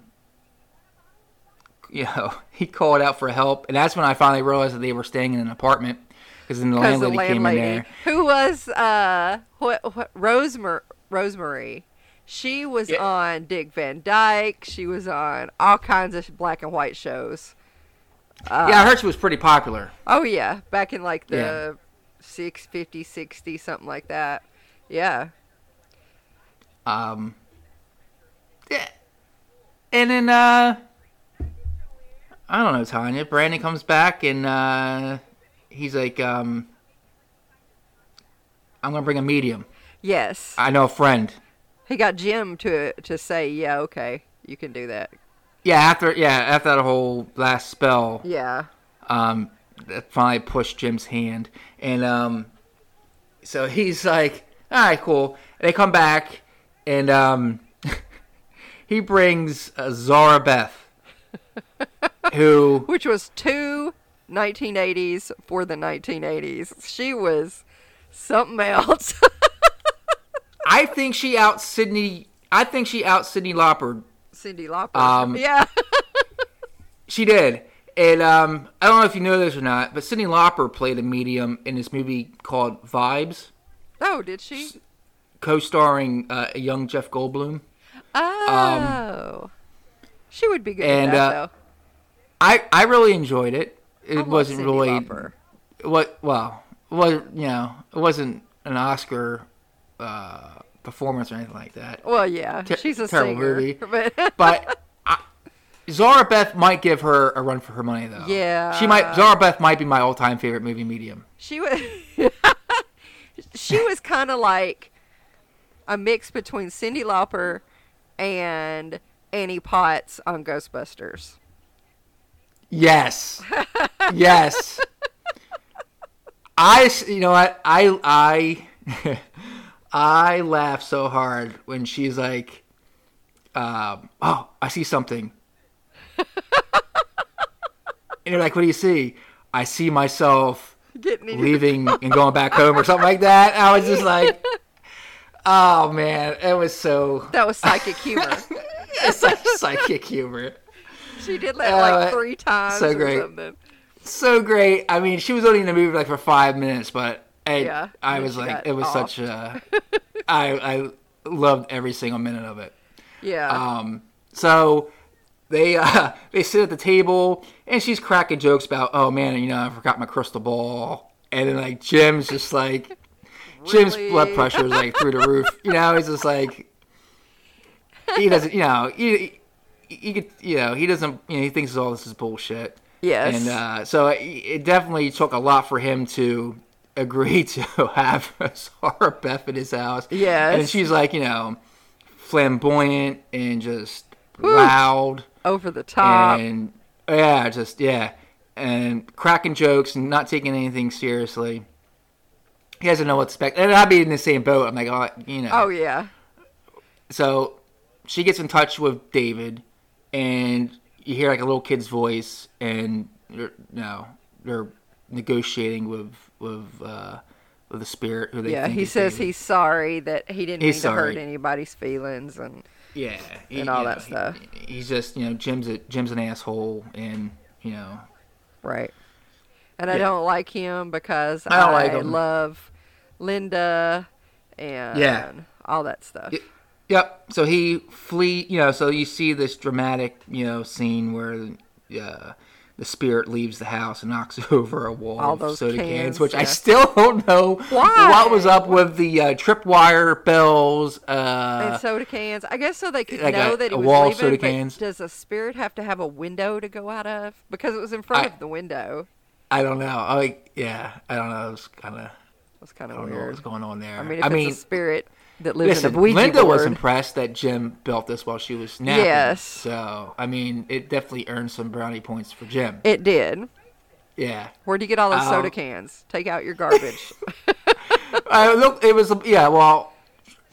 Speaker 1: you know, he called out for help, and that's when I finally realized that they were staying in an apartment because then the
Speaker 2: Because the
Speaker 1: landlady came in there.
Speaker 2: landlady who was uh what, what Rosemar- Rosemary, she was
Speaker 1: Yeah.
Speaker 2: on Dick Van Dyke. She was on all kinds of black and white shows.
Speaker 1: yeah, I heard she was pretty popular.
Speaker 2: Oh yeah, back in like the six fifty sixty 60, something like that. Yeah.
Speaker 1: Um, yeah. And then, uh, I don't know, Tanya. Brandon comes back and, uh, he's like, um, I'm going to bring a medium.
Speaker 2: Yes.
Speaker 1: I know a friend.
Speaker 2: he got Jim to to say, "Yeah, okay, you can do that."
Speaker 1: Yeah, after, yeah, after that whole last spell,
Speaker 2: Yeah.
Speaker 1: um, that finally pushed Jim's hand. And um, so he's like, all right, cool. And they come back, and um, he brings uh, Zara Beth, who,
Speaker 2: which was two 1980s for the 1980s. She was something else.
Speaker 1: I think she out Sydney. I think she out Sydney Loppard.
Speaker 2: Cindy Lauper.
Speaker 1: Um,
Speaker 2: yeah.
Speaker 1: She did. And um, I don't know if you know this or not, but Sydney Lauper played a medium in this movie called Vibes,
Speaker 2: oh, did she?
Speaker 1: co-starring uh, a young Jeff Goldblum.
Speaker 2: Oh. she would be good
Speaker 1: um, and,
Speaker 2: at that,
Speaker 1: uh,
Speaker 2: though.
Speaker 1: I, I really enjoyed it. It
Speaker 2: I love
Speaker 1: wasn't
Speaker 2: Cyndi
Speaker 1: really
Speaker 2: Lauper.
Speaker 1: what well was you know it wasn't an Oscar uh, performance or anything like that.
Speaker 2: Well, yeah,
Speaker 1: Ter-
Speaker 2: she's a
Speaker 1: terrible
Speaker 2: singer.
Speaker 1: movie.
Speaker 2: But
Speaker 1: But I, Zara Beth might give her a run for her money though.
Speaker 2: Yeah.
Speaker 1: she might. Zara Beth might be my all-time favorite movie medium.
Speaker 2: she was she was kind of like a mix between Cindy Lauper and Annie Potts on Ghostbusters.
Speaker 1: Yes. yes. I, s- you know what? I, I, I laugh so hard when she's like, um, oh, I see something. and you're like, what do you see? I see myself
Speaker 2: Getting in your-
Speaker 1: leaving and going back home or something like that. I was just like, oh man, it was so
Speaker 2: that was psychic humor.
Speaker 1: it's such psychic humor.
Speaker 2: she did that
Speaker 1: Uh,
Speaker 2: like three times
Speaker 1: so
Speaker 2: or
Speaker 1: great.
Speaker 2: something.
Speaker 1: so great. I mean, she was only in the movie like for five minutes, but I,
Speaker 2: Yeah,
Speaker 1: I
Speaker 2: and
Speaker 1: was
Speaker 2: she
Speaker 1: like,
Speaker 2: got
Speaker 1: it was
Speaker 2: off.
Speaker 1: such a. I I loved every single minute of it.
Speaker 2: Yeah.
Speaker 1: Um, so they uh, they sit at the table and she's cracking jokes about, oh man, you know, I forgot my crystal ball, and then like Jim's just like, Jim's blood
Speaker 2: Really?
Speaker 1: pressure is like through the roof. You know, he's just like, he doesn't, you know, he, he, he could, you know, he doesn't, you know, he thinks all this is bullshit.
Speaker 2: yes.
Speaker 1: And uh, so it- it definitely took a lot for him to agree to have Sarah Beth at his house.
Speaker 2: Yes.
Speaker 1: And she's like, you know, flamboyant and just loud
Speaker 2: Over the top.
Speaker 1: and yeah, just yeah, and cracking jokes and not taking anything seriously. He doesn't know what to expect, and I'd be in the same boat. I'm like, oh, you know.
Speaker 2: oh yeah.
Speaker 1: So she gets in touch with David, and you hear like a little kid's voice, and they're, no, they're negotiating with with uh, with the spirit. Who they
Speaker 2: Yeah.
Speaker 1: think
Speaker 2: He
Speaker 1: is
Speaker 2: says
Speaker 1: David.
Speaker 2: he's sorry that he didn't
Speaker 1: He's
Speaker 2: mean
Speaker 1: sorry.
Speaker 2: to hurt anybody's feelings and
Speaker 1: yeah, he-
Speaker 2: and all
Speaker 1: you
Speaker 2: that
Speaker 1: know, he-
Speaker 2: stuff.
Speaker 1: he's just you know Jim's a, Jim's an asshole, and you know
Speaker 2: Right. And I
Speaker 1: Yeah.
Speaker 2: don't like him because
Speaker 1: I
Speaker 2: I,
Speaker 1: don't like him.
Speaker 2: love Linda and all that stuff.
Speaker 1: Y- Yep. So he flee. You know. So you see this dramatic, you know, scene where uh, the spirit leaves the house and knocks over a wall
Speaker 2: All
Speaker 1: of
Speaker 2: those
Speaker 1: soda cans,
Speaker 2: cans,
Speaker 1: which I
Speaker 2: yeah.
Speaker 1: still don't know
Speaker 2: Why?
Speaker 1: what was up with the uh, tripwire bells. Uh,
Speaker 2: and soda cans. I guess so they could
Speaker 1: like
Speaker 2: know
Speaker 1: a-
Speaker 2: that he
Speaker 1: a
Speaker 2: was
Speaker 1: wall of
Speaker 2: leaving.
Speaker 1: soda
Speaker 2: but
Speaker 1: cans.
Speaker 2: Does a spirit have to have a window to go out of? Because it was in front
Speaker 1: I-
Speaker 2: of the window.
Speaker 1: I don't know. I like, yeah. I don't know. It's kind of.
Speaker 2: That's kind
Speaker 1: I
Speaker 2: of
Speaker 1: don't know
Speaker 2: weird.
Speaker 1: what's going on there.
Speaker 2: I mean, if it's a spirit that lives
Speaker 1: listen.
Speaker 2: in a Ouija
Speaker 1: Linda
Speaker 2: board,
Speaker 1: was impressed that Jim built this while she was napping.
Speaker 2: Yes.
Speaker 1: So I mean, it definitely earned some brownie points for Jim.
Speaker 2: it did.
Speaker 1: Yeah.
Speaker 2: Where'd you get all those
Speaker 1: Oh.
Speaker 2: soda cans? Take out your garbage.
Speaker 1: I look, it was yeah. Well,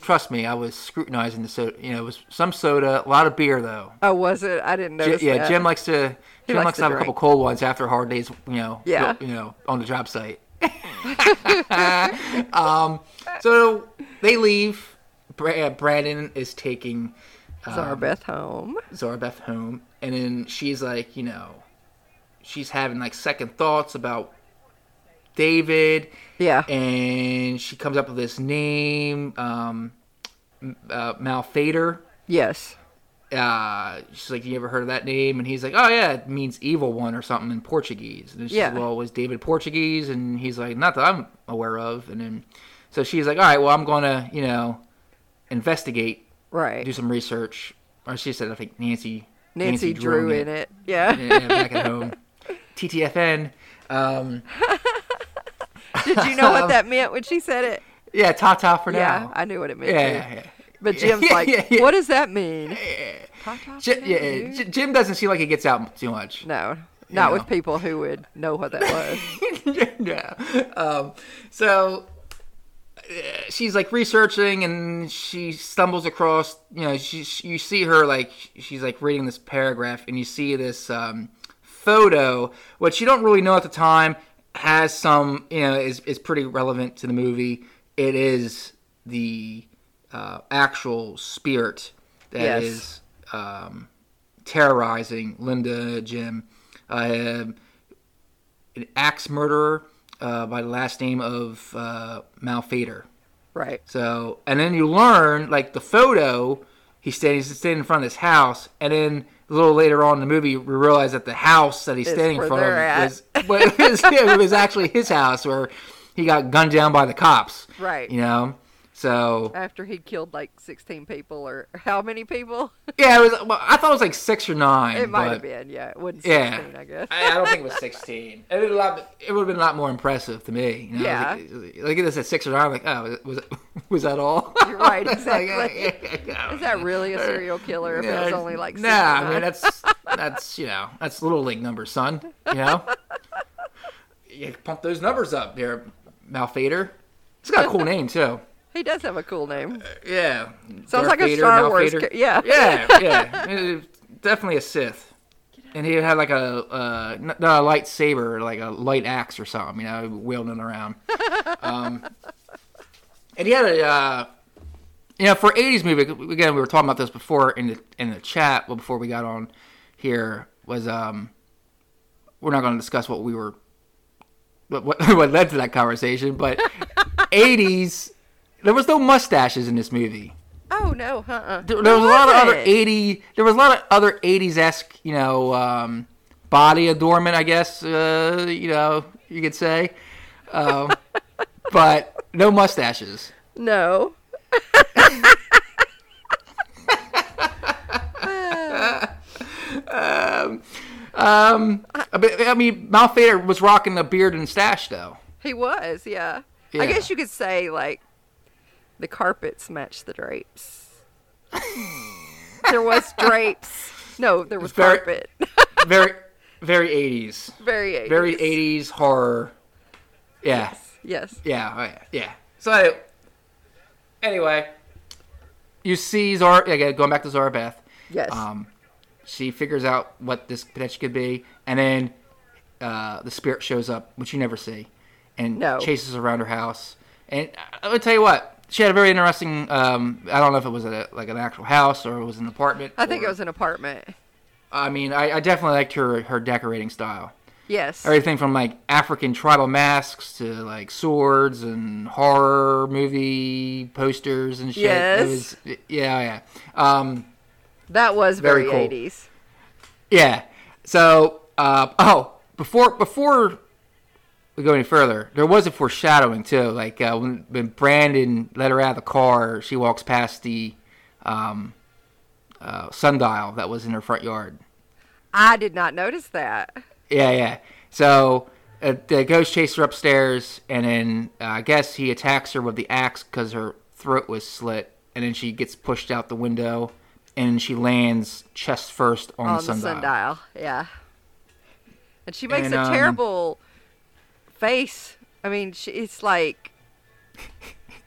Speaker 1: trust me, I was scrutinizing the soda. You know, it was some soda, a lot of beer though.
Speaker 2: oh, was it? I didn't
Speaker 1: J-
Speaker 2: notice.
Speaker 1: yeah,
Speaker 2: that.
Speaker 1: Jim likes to. Jim likes,
Speaker 2: likes
Speaker 1: to
Speaker 2: to
Speaker 1: have a
Speaker 2: drink.
Speaker 1: couple cold ones after a hard days. You know.
Speaker 2: Yeah.
Speaker 1: You know, on the job site. um. So they leave. Bra- uh, Brandon is taking um,
Speaker 2: Zara Beth home.
Speaker 1: Zara Beth home, and then she's like, you know, she's having like second thoughts about David.
Speaker 2: Yeah.
Speaker 1: and she comes up with this name, um, m- uh, Malfader.
Speaker 2: yes.
Speaker 1: Uh, she's like, "You ever heard of that name?" And he's like, "Oh yeah, it means evil one or something in Portuguese." And she's
Speaker 2: Yeah.
Speaker 1: like, "Well, was David Portuguese?" And he's like, "Not that I'm aware of." And then, so she's like, "All right, well, I'm gonna, you know, investigate,
Speaker 2: Right.
Speaker 1: do some research." Or she said, "I think Nancy,
Speaker 2: Nancy, Drew in it. Yeah.
Speaker 1: yeah, back at home, TTFN." Um,
Speaker 2: Did you know what that meant when she said it?
Speaker 1: yeah, ta ta for
Speaker 2: Yeah,
Speaker 1: now.
Speaker 2: I knew what it meant.
Speaker 1: yeah,
Speaker 2: too.
Speaker 1: yeah.
Speaker 2: But Jim's
Speaker 1: yeah,
Speaker 2: like,
Speaker 1: yeah, yeah.
Speaker 2: what does that mean? Ta-ta
Speaker 1: Jim,
Speaker 2: for
Speaker 1: yeah,
Speaker 2: now,
Speaker 1: yeah,
Speaker 2: dude.
Speaker 1: J- Jim doesn't seem like he gets out too much.
Speaker 2: No, not
Speaker 1: know.
Speaker 2: with people who would know what that was.
Speaker 1: yeah. Um, so uh, she's like researching and she stumbles across, you know, she, she, you see her like, she's like reading this paragraph and you see this um, photo, which you don't really know at the time, has some, you know, is, is pretty relevant to the movie. It is the uh, actual spirit that
Speaker 2: Yes.
Speaker 1: is um, terrorizing Linda, Jim. Uh, an axe murderer uh, by the last name of uh, Malfader.
Speaker 2: Right.
Speaker 1: So, and then you learn like the photo. He's standing, he's standing in front of this house, and then a little later on in the movie, we realize that the house that he's standing in
Speaker 2: where
Speaker 1: front of
Speaker 2: they're at.
Speaker 1: is, well, it was, yeah, it was actually his house where he got gunned down by the cops.
Speaker 2: Right.
Speaker 1: You know. So
Speaker 2: After he'd killed like 16 people or how many people?
Speaker 1: yeah, it was. Well, I thought it was like six or nine.
Speaker 2: It might
Speaker 1: but-
Speaker 2: have been. Yeah. It wasn't 16,
Speaker 1: Yeah.
Speaker 2: I guess.
Speaker 1: I, I don't think it was 16. It would, a lot, it would have been a lot more impressive to me. You know?
Speaker 2: Yeah.
Speaker 1: Like, like this at six or nine, like, oh, was, was that all?
Speaker 2: You're right,
Speaker 1: It's like,
Speaker 2: exactly.
Speaker 1: uh, yeah,
Speaker 2: Is that really a serial killer if it was only like six?
Speaker 1: Nah,
Speaker 2: or
Speaker 1: I mean,
Speaker 2: nine?
Speaker 1: that's, that's, you know, that's Little League numbers, son. You know? you pump those numbers up there, Malfader. It's got a cool name, too.
Speaker 2: He does have a cool name.
Speaker 1: Yeah.
Speaker 2: Sounds like a
Speaker 1: Vader,
Speaker 2: Star
Speaker 1: Uh, Darth
Speaker 2: Wars
Speaker 1: Vader.
Speaker 2: ca- yeah.
Speaker 1: Yeah, yeah. Uh, Definitely a Sith. And he had like a uh, n- not a lightsaber, like a light axe or something, you know, wielding around. Um, and he had a, uh, you know, for '80s movie. Again, we were talking about this before in the in the chat, well, before we got on here was um, we're not going to discuss what we were what, what, what led to that conversation, but 80s, there was no mustaches in this movie.
Speaker 2: Oh no, uh-uh.
Speaker 1: There, there was a lot of other e-,
Speaker 2: What?
Speaker 1: 80, there was a lot of other 80s esque, you know, um, body adornment, I guess, uh, you know, you could say. Um, but no mustaches.
Speaker 2: No.
Speaker 1: Um, I mean- I mean, Malfader was rocking a beard and stash, though.
Speaker 2: He was, yeah.
Speaker 1: Yeah.
Speaker 2: I guess you could say like the carpets matched the drapes. there was drapes. No, there was
Speaker 1: very-
Speaker 2: carpet.
Speaker 1: Very, very 80s.
Speaker 2: very 80s.
Speaker 1: Very 80s horror. Yeah.
Speaker 2: Yes.
Speaker 1: Yeah, oh, yeah, yeah. So anyway, you see Zara again going back to Zara Beth.
Speaker 2: Yes.
Speaker 1: Um, she figures out what this potentially could be, and then uh, the spirit shows up, which you never see, and
Speaker 2: No.
Speaker 1: chases around her house. And I- I'm gonna tell you what, she had a very interesting. Um, I don't know if it was a, like an actual house or it was an apartment.
Speaker 2: I think
Speaker 1: or-
Speaker 2: it was an apartment.
Speaker 1: I mean, I, I definitely liked her her decorating style
Speaker 2: Yes.
Speaker 1: everything from like African tribal masks to like swords and horror movie posters and shit.
Speaker 2: Yes.
Speaker 1: It was, yeah, yeah. Um,
Speaker 2: that was
Speaker 1: very
Speaker 2: very,
Speaker 1: cool.
Speaker 2: 80s.
Speaker 1: yeah. So, uh, oh, before before we go any further, there was a foreshadowing too. Like uh, when, when Brandon let her out of the car, she walks past the um, uh, sundial that was in her front yard.
Speaker 2: I did not notice that.
Speaker 1: Yeah, yeah. So uh, the ghost chases her upstairs, and then uh, I guess he attacks her with the axe because her throat was slit, and then she gets pushed out the window, and she lands chest first on,
Speaker 2: on
Speaker 1: the sundial.
Speaker 2: Yeah. And she makes
Speaker 1: And,
Speaker 2: a
Speaker 1: um,
Speaker 2: terrible face. I mean, she, it's like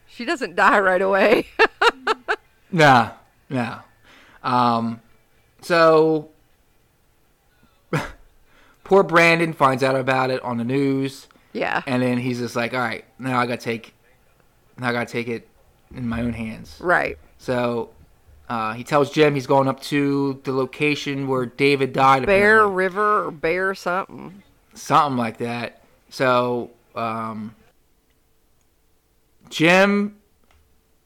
Speaker 2: she doesn't die right away.
Speaker 1: No, no. Um, so poor Brandon finds out about it on the news,
Speaker 2: yeah.
Speaker 1: and then he's just like, "All right, now I gotta take, now I gotta take it in my own hands."
Speaker 2: right.
Speaker 1: So uh, he tells Jim he's going up to the location where David died.
Speaker 2: Bear
Speaker 1: apparently.
Speaker 2: River or Bear something.
Speaker 1: Something like that. So um, Jim.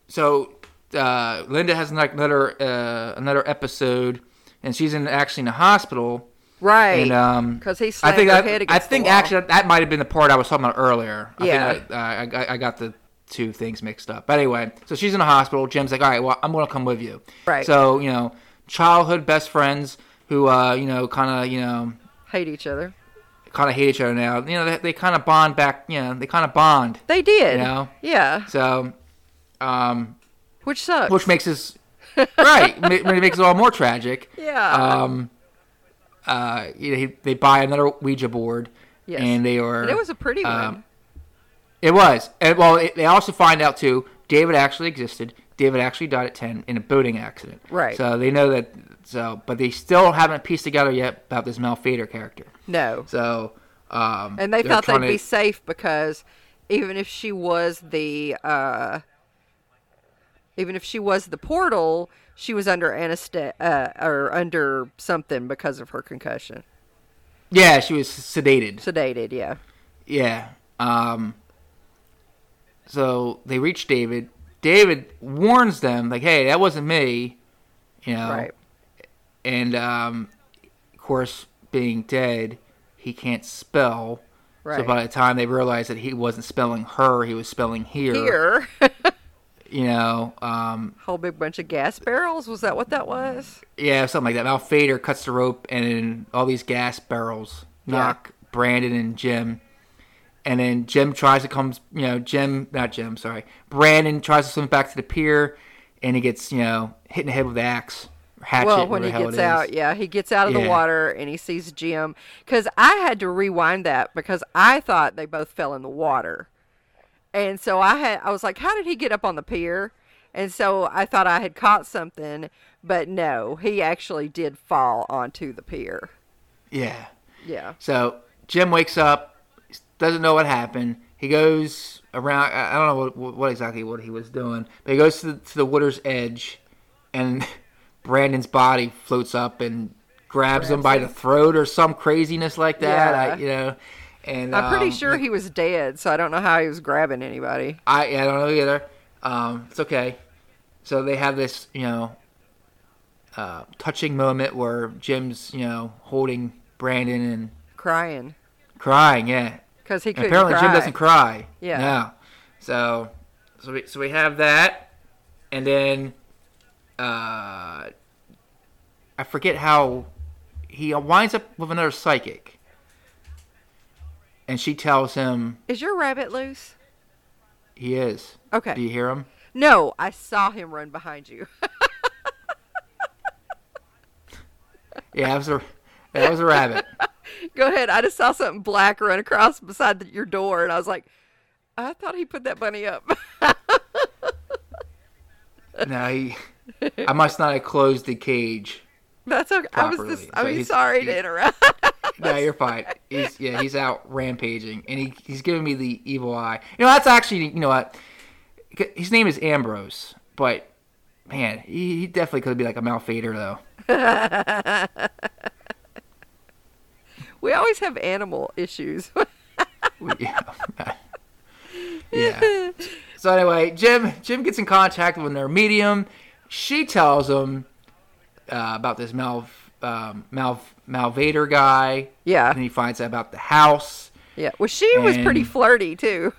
Speaker 1: So uh, Linda has like another uh, another episode, and she's in actually in the hospital.
Speaker 2: Right.
Speaker 1: And um,
Speaker 2: 'Cause he
Speaker 1: I
Speaker 2: slammed
Speaker 1: think
Speaker 2: her
Speaker 1: that-
Speaker 2: head
Speaker 1: I
Speaker 2: against the
Speaker 1: think
Speaker 2: wall.
Speaker 1: actually that might have been the part I was talking about earlier. I
Speaker 2: Yeah.
Speaker 1: think I, I, I- I got the two things mixed up. But anyway, so she's in the hospital. Jim's like, all right, well, I'm gonna come with you.
Speaker 2: Right.
Speaker 1: So you know, childhood best friends who uh, you know kind of you know
Speaker 2: Hate each other.
Speaker 1: kind of hate each other now. You know, they, they kind of bond back. You know, they kind of bond.
Speaker 2: They did.
Speaker 1: You know?
Speaker 2: Yeah.
Speaker 1: So, um,
Speaker 2: Which sucks.
Speaker 1: which makes this right, ma- ma- makes it all more tragic.
Speaker 2: yeah.
Speaker 1: Um, uh, you know, he- they buy another Ouija board.
Speaker 2: Yes.
Speaker 1: And they are.
Speaker 2: and it was a pretty
Speaker 1: um,
Speaker 2: one.
Speaker 1: It was. And, well, it, they also find out too. David actually existed. David actually died at ten in a boating accident.
Speaker 2: Right.
Speaker 1: So they know that. So, but they still haven't pieced together yet about this Malfader character.
Speaker 2: No.
Speaker 1: So, um,
Speaker 2: Oh. And they
Speaker 1: they're
Speaker 2: thought they'd
Speaker 1: trying to-
Speaker 2: be safe because even if she was the uh, Even if she was the portal, she was under anesthesia uh, or under something because of her concussion.
Speaker 1: Yeah, she was sedated.
Speaker 2: Sedated, yeah.
Speaker 1: Yeah. Um, so they reach David. David warns them, like, "Hey, that wasn't me," you know.
Speaker 2: Right.
Speaker 1: And um, of course, being dead, he can't spell. So
Speaker 2: Right.
Speaker 1: by the time they realize that he wasn't spelling her, he was spelling here.
Speaker 2: Here,
Speaker 1: You know. Um,
Speaker 2: whole big bunch of gas barrels. Was that what that was?
Speaker 1: yeah, something like that. Mal Fader cuts the rope, and then all these gas barrels knock Brandon and Jim. And then Jim tries to come, you know, Jim, not Jim, sorry. Brandon tries to swim back to the pier, and he gets, you know, hit in the head with the axe, or hatchet.
Speaker 2: Well, when
Speaker 1: whatever
Speaker 2: he
Speaker 1: the hell
Speaker 2: gets
Speaker 1: it is.
Speaker 2: out, yeah, he gets out of
Speaker 1: Yeah.
Speaker 2: the water and he sees Jim. Because I had to rewind that because I thought they both fell in the water, and so I had I was like, how did he get up on the pier? And so I thought I had caught something, but no, he actually did fall onto the pier.
Speaker 1: Yeah.
Speaker 2: Yeah,
Speaker 1: So Jim wakes up, doesn't know what happened. He goes around. I I don't know what, what exactly what he was doing, but he goes to the, to the water's edge, and Brandon's body floats up and grabs, him by the throat or some craziness like that. I,
Speaker 2: Yeah.
Speaker 1: you know, and
Speaker 2: I'm pretty
Speaker 1: um,
Speaker 2: sure he was dead, so I don't know how he was grabbing anybody.
Speaker 1: I I don't know either. Um, it's okay. So they have this, you know, uh, touching moment where Jim's, you know, holding Brandon and
Speaker 2: Crying
Speaker 1: crying. Yeah,
Speaker 2: because he
Speaker 1: And
Speaker 2: couldn't
Speaker 1: apparently
Speaker 2: cry.
Speaker 1: Jim doesn't cry.
Speaker 2: Yeah.
Speaker 1: No. So so we so we have that and then uh I forget how he winds up with another psychic. And she tells him
Speaker 2: Is your rabbit loose?
Speaker 1: he is.
Speaker 2: Okay.
Speaker 1: Do you hear him?
Speaker 2: No, I saw him run behind you.
Speaker 1: Yeah, that was a that was a rabbit.
Speaker 2: Go ahead. I just saw something black run across beside the, your door, and I was like, I thought he put that bunny up.
Speaker 1: No, he I must not have closed the cage.
Speaker 2: That's okay. I was
Speaker 1: Properly.
Speaker 2: just. I
Speaker 1: So
Speaker 2: mean,
Speaker 1: he's-
Speaker 2: sorry
Speaker 1: he-
Speaker 2: to interrupt.
Speaker 1: No, you're fine. He's yeah, he's out rampaging, and he, he's giving me the evil eye. You know, that's actually you know what. His name is Ambrose, but man, he, he definitely could be like a malfader though.
Speaker 2: we always have animal issues.
Speaker 1: yeah. yeah. So anyway, Jim Jim gets in contact with their medium. She tells him uh, about this Mal um, Mal Malvader guy.
Speaker 2: Yeah.
Speaker 1: And he finds out about the house.
Speaker 2: yeah. Well, she was pretty
Speaker 1: And-
Speaker 2: flirty too.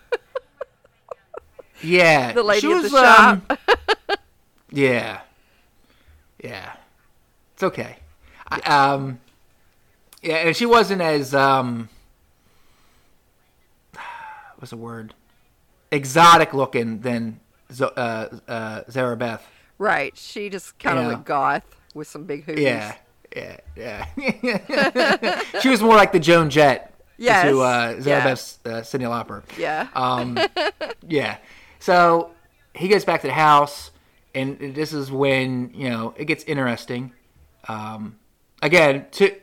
Speaker 1: Yeah.
Speaker 2: The lady
Speaker 1: she
Speaker 2: at the
Speaker 1: was,
Speaker 2: shop.
Speaker 1: um, yeah. Yeah. It's okay. I, um yeah, and she wasn't as um what's the word? Exotic looking than Zo- uh uh Zarabeth.
Speaker 2: right. She just kind of
Speaker 1: Yeah.
Speaker 2: like goth with some big hooves.
Speaker 1: Yeah. Yeah, yeah. she was more like the Joan Jett
Speaker 2: Yes,
Speaker 1: to uh,
Speaker 2: yeah.
Speaker 1: Zarabeth's uh, Cindy Lauper.
Speaker 2: Yeah.
Speaker 1: Um, yeah. So he goes back to the house, and this is when you know it gets interesting. Um, again, to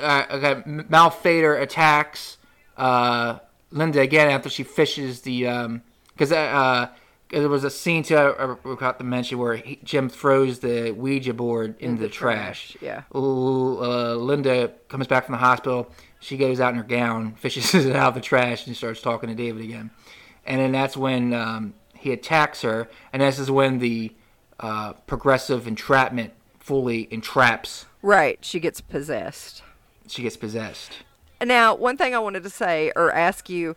Speaker 1: uh, okay, Malfader attacks uh, Linda again after she fishes the because uh, uh 'cause there was a scene to uh, we forgot to mention where he, Jim throws the Ouija board into the trash.
Speaker 2: yeah.
Speaker 1: L- uh, Linda comes back from the hospital. She goes out in her gown, fishes it out of the trash, and starts talking to David again. And then that's when um, he attacks her. And this is when the uh, progressive entrapment fully entraps.
Speaker 2: Right. She gets possessed.
Speaker 1: She gets possessed.
Speaker 2: Now, one thing I wanted to say or ask you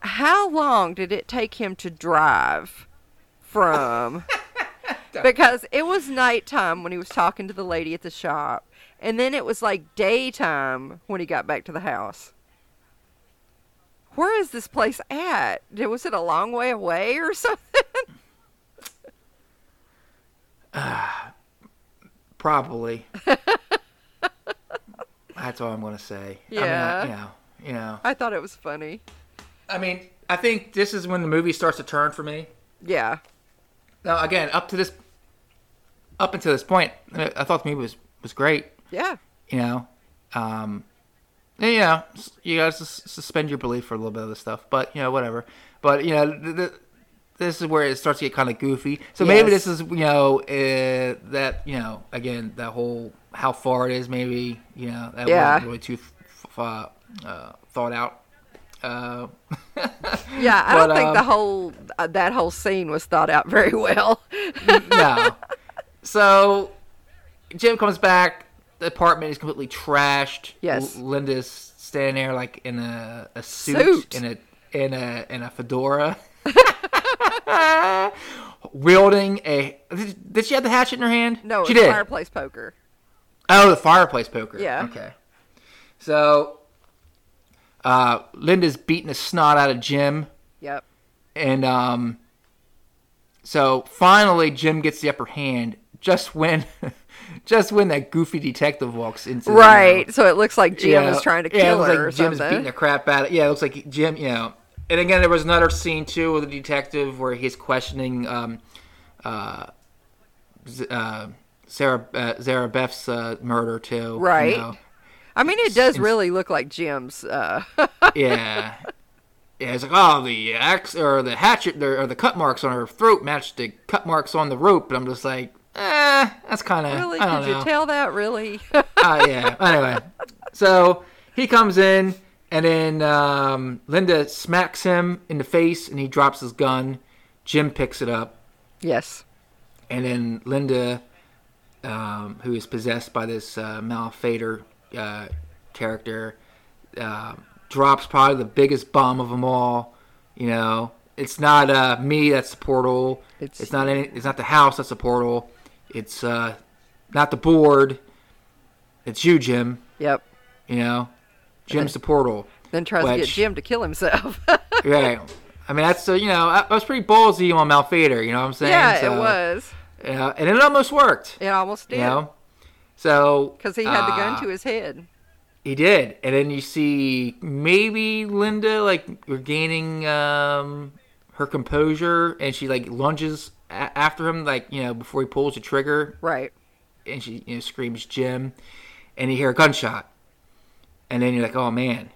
Speaker 2: how long did it take him to drive from? because it was nighttime when he was talking to the lady at the shop, and then it was like daytime when he got back to the house. Where is this place at? Did- Was it a long way away or something?
Speaker 1: Probably. that's all I'm going to say. I
Speaker 2: Yeah.
Speaker 1: mean, I, you know, you know.
Speaker 2: I thought it was funny.
Speaker 1: I mean, I think this is when the movie starts to turn for me.
Speaker 2: Yeah.
Speaker 1: Now, again, up to this, up until this point, I I thought the movie was was great.
Speaker 2: Yeah.
Speaker 1: you know um and, you know s- you gotta sus- suspend your belief for a little bit of this stuff but you know whatever but you know the, the, this is where it starts to get kind of goofy. So
Speaker 3: Yes.
Speaker 1: maybe this is you know uh, that you know again that whole how far it is. Maybe you know that
Speaker 2: Yeah.
Speaker 1: wasn't really too f- f- uh, uh, thought out. Uh,
Speaker 2: Yeah, I don't
Speaker 1: But,
Speaker 2: think
Speaker 1: um,
Speaker 2: the whole uh, that whole scene was thought out very well.
Speaker 1: no. So Jim comes back. The apartment is completely trashed.
Speaker 2: Yes.
Speaker 1: L- Linda's standing there like in a, a suit,
Speaker 2: Suit.
Speaker 1: in a in a in a fedora, wielding a. Did, did she have the hatchet in her hand?
Speaker 2: No,
Speaker 1: she
Speaker 2: it's
Speaker 1: did.
Speaker 2: fireplace poker.
Speaker 1: Oh, the fireplace poker.
Speaker 2: Yeah.
Speaker 1: Okay. So, uh, Linda's beating the snot out of Jim,
Speaker 2: Yep.
Speaker 1: and um, so finally Jim gets the upper hand just when, just when that goofy detective walks into. the room.
Speaker 2: Right. So it looks like Jim
Speaker 1: Yeah,
Speaker 2: is trying to
Speaker 1: yeah, it
Speaker 2: kill
Speaker 1: looks
Speaker 2: her
Speaker 1: like
Speaker 2: or
Speaker 1: Jim's beating
Speaker 2: something.
Speaker 1: the crap out of. Yeah, it looks like Jim. You know. And again, there was another scene too with the detective where he's questioning um, uh, Z- uh, Sarah uh, Sarah Beth's uh, murder too. you
Speaker 2: Right.
Speaker 1: know.
Speaker 2: I mean, it does really look like Jim's. Uh,
Speaker 1: yeah. Yeah, it's like oh the axe or the hatchet or, or the cut marks on her throat matched the cut marks on the rope, and I'm just like, eh, that's kind of
Speaker 2: really?
Speaker 1: I don't
Speaker 2: Could you
Speaker 1: know.
Speaker 2: tell that? Really?
Speaker 1: uh, yeah. Anyway, so he comes in, and then um, Linda smacks him in the face, and he drops his gun. Jim picks it up,
Speaker 2: yes.
Speaker 1: and then Linda, um, who is possessed by this uh, malfator uh, character, uh, drops probably the biggest bomb of them all. You know, it's not uh, me that's the portal.
Speaker 2: It's-
Speaker 1: It's, not any, it's not the house that's the portal. It's uh, not the board. It's you, Jim.
Speaker 2: Yep.
Speaker 1: You know, Jim's the portal.
Speaker 2: Then tries to get
Speaker 1: Which-
Speaker 2: Jim to kill himself.
Speaker 1: Right. I mean, that's so you know, I, I was pretty ballsy on Malfader. You know what I'm saying?
Speaker 2: yeah,
Speaker 1: so,
Speaker 2: it was.
Speaker 1: You know, and it almost worked.
Speaker 2: It almost
Speaker 1: You
Speaker 2: did
Speaker 1: know? So
Speaker 2: because he had the gun
Speaker 1: uh,
Speaker 2: to his head.
Speaker 1: He did, and then you see maybe Linda like regaining um, her composure, and she like lunges a- after him, like you know before he pulls the trigger,
Speaker 2: Right.
Speaker 1: and she you know screams Jim, and you hear a gunshot, and then you're like, oh man,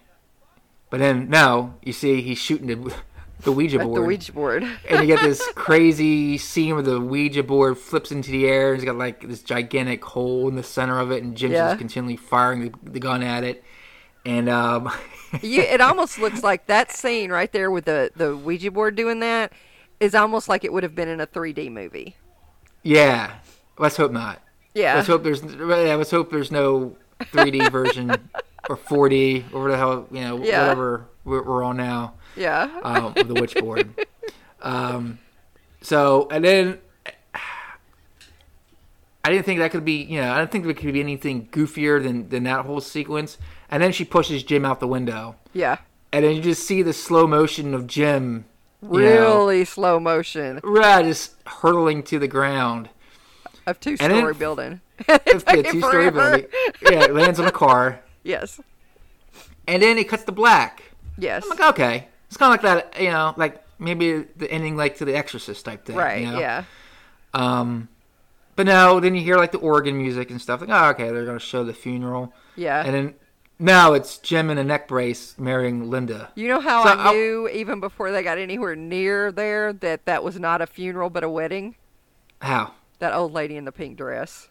Speaker 1: but then no, you see he's shooting the the Ouija
Speaker 2: At
Speaker 1: board,
Speaker 2: the Ouija board.
Speaker 1: and you get this crazy scene where the Ouija board flips into the air. and It's got like this gigantic hole in the center of it, and Jim's
Speaker 2: Yeah.
Speaker 1: just continually firing the, the gun at it. And um,
Speaker 2: you, it almost looks like that scene right there with the the Ouija board doing that is almost like it would have been in a 3D movie.
Speaker 1: yeah, let's hope not.
Speaker 2: Yeah.
Speaker 1: Let's hope there's yeah, let's hope there's no 3D version or 4D or whatever the hell you know
Speaker 2: Yeah.
Speaker 1: whatever we're, we're on now.
Speaker 2: yeah.
Speaker 1: um, with the witch board. Um, so and then I didn't think that could be you know I didn't think there could be anything goofier than than that whole sequence. And then she pushes Jim out the window,
Speaker 2: yeah.
Speaker 1: and then you just see the slow motion of Jim, you know,
Speaker 2: Really slow motion
Speaker 1: right, just hurtling to the ground.
Speaker 2: of two
Speaker 1: And
Speaker 2: story
Speaker 1: it-
Speaker 2: building.
Speaker 1: It's
Speaker 2: Take
Speaker 1: a
Speaker 2: it
Speaker 1: two story
Speaker 2: forever.
Speaker 1: building. Yeah, it lands on a car,
Speaker 2: Yes.
Speaker 1: and then it cuts to black.
Speaker 2: Yes.
Speaker 1: I'm like, okay, it's kind of like that, you know, like maybe the ending like to The Exorcist type thing.
Speaker 2: right.
Speaker 1: you know?
Speaker 2: Yeah.
Speaker 1: Um, but no, then you hear like the organ music and stuff. Like, oh, okay, they're gonna show the funeral,
Speaker 2: Yeah.
Speaker 1: and then now it's Jim in a neck brace marrying Linda.
Speaker 2: you know how
Speaker 1: So
Speaker 2: I
Speaker 1: I'll-
Speaker 2: knew even before they got anywhere near there that that was not a funeral but a wedding?
Speaker 1: How?
Speaker 2: That old lady in the pink dress.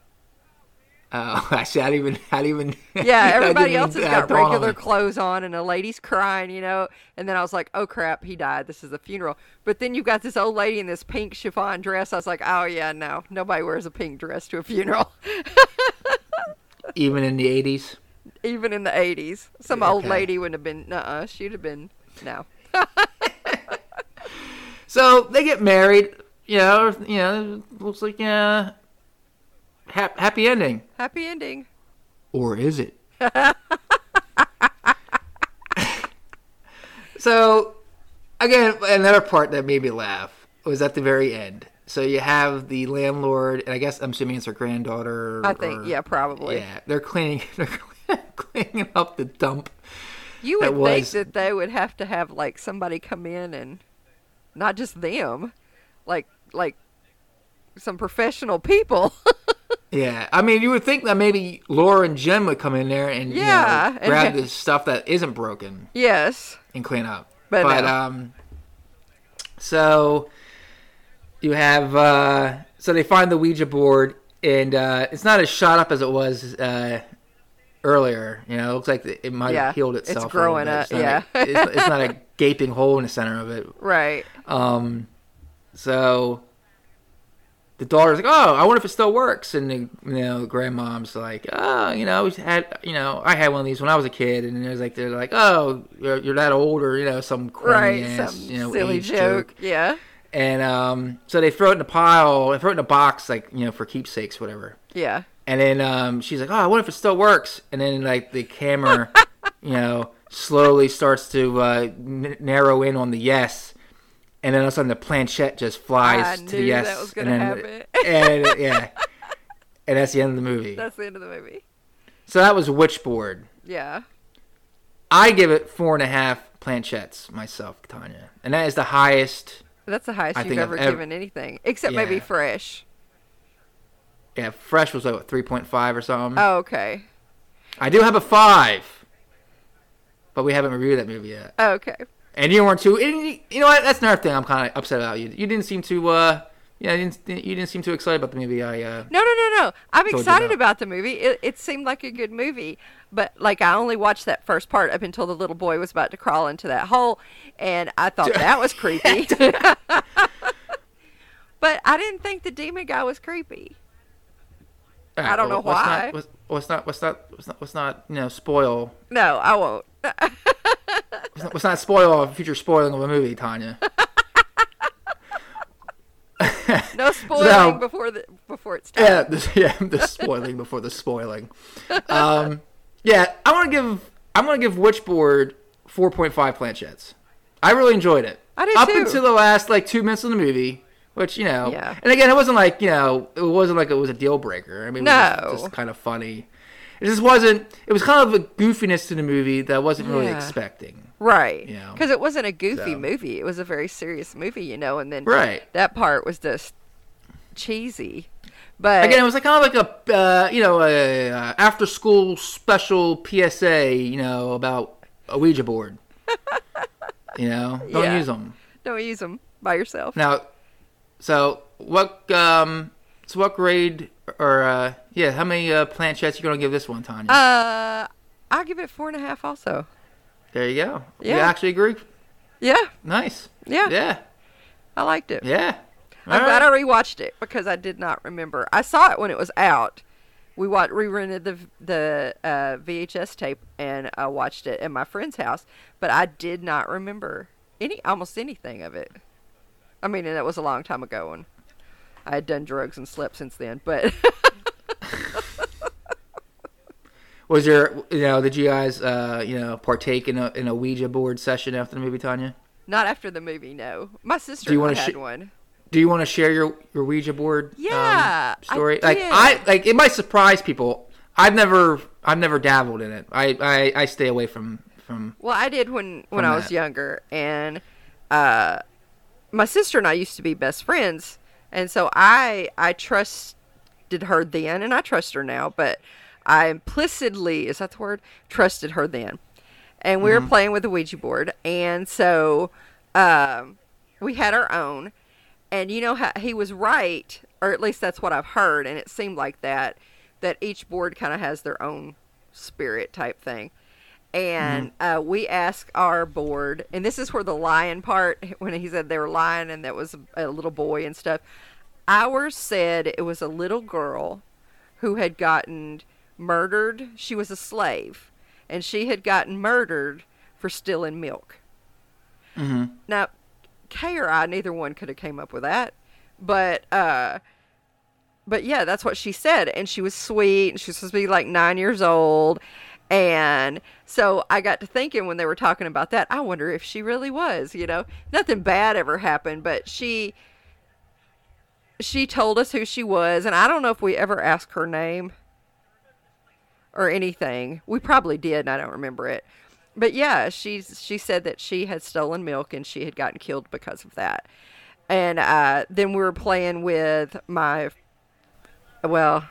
Speaker 1: Oh, actually, I didn't even, I didn't even. I
Speaker 2: Yeah,
Speaker 1: didn't
Speaker 2: everybody
Speaker 1: even,
Speaker 2: else has
Speaker 1: uh,
Speaker 2: got
Speaker 1: dawn on
Speaker 2: regular
Speaker 1: it.
Speaker 2: clothes on, and the lady's crying, you know. And then I was like, "Oh crap, he died. This is the funeral." But then you've got this old lady in this pink chiffon dress. I was like, "Oh yeah, no, nobody wears a pink dress to a funeral,
Speaker 1: Even in the '80s.
Speaker 2: even in the '80s. Some old
Speaker 1: Okay.
Speaker 2: lady wouldn't have been. Uh, she'd have been no.
Speaker 1: So they get married. You know, you know, looks like yeah, hap- happy ending,
Speaker 2: Happy ending.
Speaker 1: or is it? So, again, another part that made me laugh was at the very end. So you have the landlord, and I guess I'm assuming it's her granddaughter.
Speaker 2: I think
Speaker 1: or-
Speaker 2: yeah, probably.
Speaker 1: Yeah, they're cleaning, they're cleaning up the dump.
Speaker 2: You
Speaker 1: That
Speaker 2: would think
Speaker 1: was-
Speaker 2: that they would have to have like somebody come in and not just them, like like some professional people.
Speaker 1: Yeah, I mean, you would think that maybe Laura and Jim would come in there and
Speaker 2: Yeah,
Speaker 1: you know,
Speaker 2: and-
Speaker 1: grab the stuff that isn't broken
Speaker 2: yes.
Speaker 1: and clean up.
Speaker 2: But
Speaker 1: But,
Speaker 2: no.
Speaker 1: um, so You have uh, so they find the Ouija board, and uh, it's not as shot up as it was uh, earlier. You know, it looks like it might
Speaker 2: Yeah,
Speaker 1: have healed
Speaker 2: it's
Speaker 1: itself. a little
Speaker 2: growing
Speaker 1: bit.
Speaker 2: up,
Speaker 1: It's not
Speaker 2: yeah.
Speaker 1: a- it's, it's not a gaping hole in the center of it.
Speaker 2: Right.
Speaker 1: Um, so the daughter's like, "Oh, I wonder if it still works." And the, you know, grandmom's like, "Oh, you know, we had, you know, I had one of these when I was a kid." And there's like, they're like, "Oh, you're, you're that old," or you know, some corny
Speaker 2: Right.
Speaker 1: ass,
Speaker 2: Some
Speaker 1: Oh, you know,
Speaker 2: silly
Speaker 1: age
Speaker 2: joke. Yeah.
Speaker 1: And um, so they throw it in a pile, they throw it in a box, like you know, for keepsakes, whatever.
Speaker 2: Yeah.
Speaker 1: And then um, she's like, "Oh, I wonder if it still works." And then like the camera, you know, slowly starts to uh, n- narrow in on the yes, and then all of a sudden the planchette just flies
Speaker 2: I
Speaker 1: to the
Speaker 2: knew
Speaker 1: yes,
Speaker 2: that was
Speaker 1: and
Speaker 2: gonna
Speaker 1: then and, yeah, and that's the end of the movie.
Speaker 2: That's the end of the movie.
Speaker 1: So that was Witchboard.
Speaker 2: Yeah.
Speaker 1: I give it four and a half planchettes myself, Tanya, and that is the highest.
Speaker 2: That's the highest
Speaker 1: I
Speaker 2: you've
Speaker 1: think I've
Speaker 2: ever
Speaker 1: ever-
Speaker 2: given anything, except maybe
Speaker 1: Yeah.
Speaker 2: Fresh.
Speaker 1: Yeah, Fresh was like what, three point five or something.
Speaker 2: Oh, okay.
Speaker 1: I do have a five, but we haven't reviewed that movie yet.
Speaker 2: Okay.
Speaker 1: and you weren't too. And you, you know what? That's another thing I'm kind of upset about. You you didn't seem to. Uh, yeah, you didn't, you didn't seem too excited about the movie. I uh,
Speaker 2: No, no, no, no. I'm
Speaker 1: you
Speaker 2: excited
Speaker 1: that.
Speaker 2: about the movie. It, it seemed like a good movie, but like I only watched that first part up until the little boy was about to crawl into that hole, and I thought that was creepy. but I didn't think the demon guy was creepy. I don't know
Speaker 1: what's not-
Speaker 2: why.
Speaker 1: what's- What's not? What's not? What's not? What's not? You know, spoil.
Speaker 2: No, I won't.
Speaker 1: What's not, what's not spoil a future spoiling of a movie, Tanya?
Speaker 2: No spoiling
Speaker 1: No.
Speaker 2: before the before it's time.
Speaker 1: yeah, the, yeah, the spoiling before the spoiling. Um, yeah, I want to give. I'm gonna give Witchboard 4.5 planchettes. I really enjoyed it.
Speaker 2: I did
Speaker 1: Up
Speaker 2: too.
Speaker 1: until the last like two minutes of the movie, which you know,
Speaker 2: Yeah.
Speaker 1: and again, it wasn't like you know, it wasn't like it was a deal breaker. I mean, it
Speaker 2: No.
Speaker 1: was just, kind of funny. It just wasn't. It was kind of a goofiness to the movie that I wasn't really
Speaker 2: Yeah.
Speaker 1: expecting.
Speaker 2: Right.
Speaker 1: Yeah.
Speaker 2: Because it wasn't a goofy
Speaker 1: So.
Speaker 2: movie. It was a very serious movie, you know, and then
Speaker 1: Right.
Speaker 2: that part was just cheesy. But
Speaker 1: Again, it was like kind of like a uh, you know a, uh after school special PSA, you know about a Ouija board. you know, don't 'em.
Speaker 2: Yeah.
Speaker 1: use them
Speaker 2: don't use them by yourself.
Speaker 1: now. So what? Um, so what grade or uh, yeah? How many uh, planchettes you gonna give this one, Tanya?
Speaker 2: Uh, I'll give it four and a half also.
Speaker 1: there you go. You
Speaker 2: yeah.
Speaker 1: actually agree?
Speaker 2: Yeah.
Speaker 1: Nice.
Speaker 2: Yeah.
Speaker 1: Yeah.
Speaker 2: I liked it.
Speaker 1: Yeah.
Speaker 2: I'm
Speaker 1: All
Speaker 2: glad
Speaker 1: right.
Speaker 2: I rewatched it because I did not remember. I saw it when it was out. We wa- re-rented the the uh, VHS tape and I watched it at my friend's house, but I did not remember any almost anything of it. I mean, and that was a long time ago, and I had done drugs and slept since then. But
Speaker 1: Was your you know did you guys uh, you know partake in a in a Ouija board session after the movie, Tanya?
Speaker 2: not after the movie. No, my sister
Speaker 1: you wanna
Speaker 2: had
Speaker 1: sh-
Speaker 2: one.
Speaker 1: Do you want to share your your Ouija board? um,
Speaker 2: Yeah, I
Speaker 1: story. like I like it might surprise people. I've never I've never dabbled in it. I I, I stay away from from.
Speaker 2: Well, I did when when
Speaker 1: from
Speaker 2: I was
Speaker 1: that.
Speaker 2: younger, and uh, my sister and I used to be best friends, and so I I trusted her then, and I trust her now, but I implicitly is that the word trusted her then, and we
Speaker 1: Mm-hmm.
Speaker 2: were playing with the Ouija board, and so um, we had our own, and you know how he was right, or at least that's what I've heard, and it seemed like that that each board kind of has their own spirit type thing. And uh, we asked our board, and this is where the lion part, when he said they were lying and that was a little boy and stuff. Ours said it was a little girl who had gotten murdered. She was a slave, and she had gotten murdered for stealing milk.
Speaker 1: Mhm.
Speaker 2: Now, K or I, neither one could have came up with that, but uh, but yeah, that's what she said, and she was sweet, and she was supposed to be like nine years old, and so I got to thinking when they were talking about that, I wonder if she really was, you know, nothing bad ever happened, but she she told us who she was, and I don't know if we ever asked her name or anything. We probably did, and I don't remember it. But yeah, she she said that she had stolen milk and she had gotten killed because of that. And uh, then we were playing with my, well,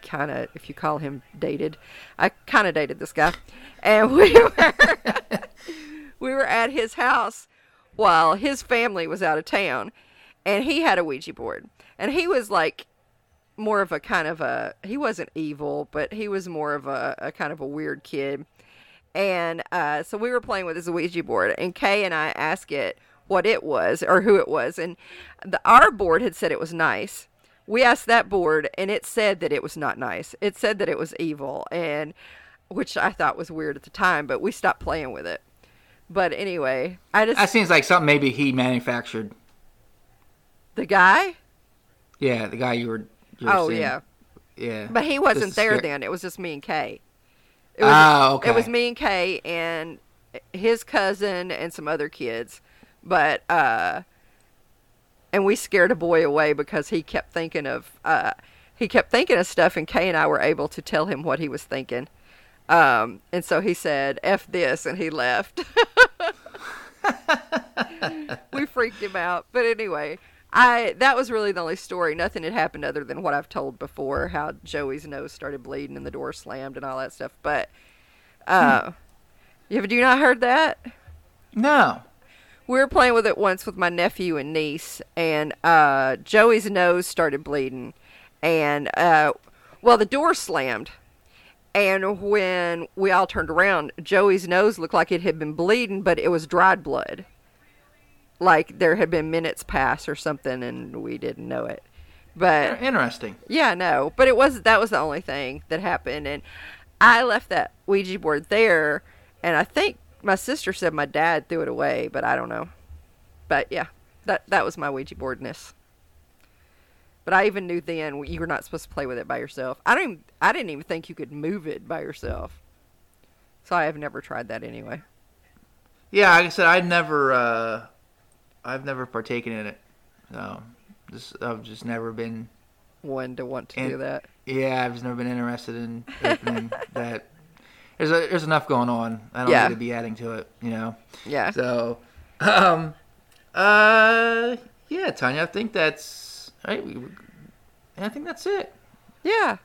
Speaker 2: kind of if you call him dated, I kind of dated this guy, and we were we were at his house while his family was out of town, and he had a Ouija board, and he was like more of a kind of a he wasn't evil, but he was more of a, a kind of a weird kid. And uh, so we were playing with his Ouija board, and Kay and I asked it what it was or who it was, and the, our board had said it was nice. We asked that board, and it said that it was not nice. It said that it was evil, and which I thought was weird at the time, but we stopped playing with it. But anyway, I just
Speaker 1: That seems like something maybe he manufactured.
Speaker 2: the guy.
Speaker 1: Yeah, the guy you were. You were
Speaker 2: Oh,
Speaker 1: seeing.
Speaker 2: yeah.
Speaker 1: Yeah.
Speaker 2: But he wasn't
Speaker 1: Just
Speaker 2: there
Speaker 1: sca-
Speaker 2: then. It was just me and Kay. It was,
Speaker 1: Ah, okay.
Speaker 2: It was me and Kay and his cousin and some other kids. But uh and we scared a boy away because he kept thinking of uh he kept thinking of stuff and Kay and I were able to tell him what he was thinking. Um and so he said F this and he left. we freaked him out. But anyway, I that was really the only story. Nothing had happened other than what I've told before, how Joey's nose started bleeding and the door slammed and all that stuff. But uh, you have you not heard that?
Speaker 1: No.
Speaker 2: We were playing with it once with my nephew and niece, and uh, Joey's nose started bleeding, and uh, well, the door slammed. And when we all turned around, Joey's nose looked like it had been bleeding, but it was dried blood. Like there had been minutes pass or something, and we didn't know it. But
Speaker 1: Interesting.
Speaker 2: yeah, no, but it was that was the only thing that happened, and I left that Ouija board there, and I think my sister said my dad threw it away, but I don't know. But yeah, that that was my Ouija boardness. But I even knew then you were not supposed to play with it by yourself. I don't. Even, I didn't even think you could move it by yourself. So I have never tried that anyway.
Speaker 1: Yeah, like I said, I'd never, uh, I've never partaken in it. So, just, I've just never been.
Speaker 2: One to want to do
Speaker 1: And-
Speaker 2: that.
Speaker 1: Yeah, I've just never been interested in opening that. There's a, there's enough going on. I don't
Speaker 2: Yeah.
Speaker 1: need to be adding to it. You know.
Speaker 2: Yeah.
Speaker 1: So, um, uh, yeah, Tanya, I think that's. I, we- I think that's it.
Speaker 2: yeah.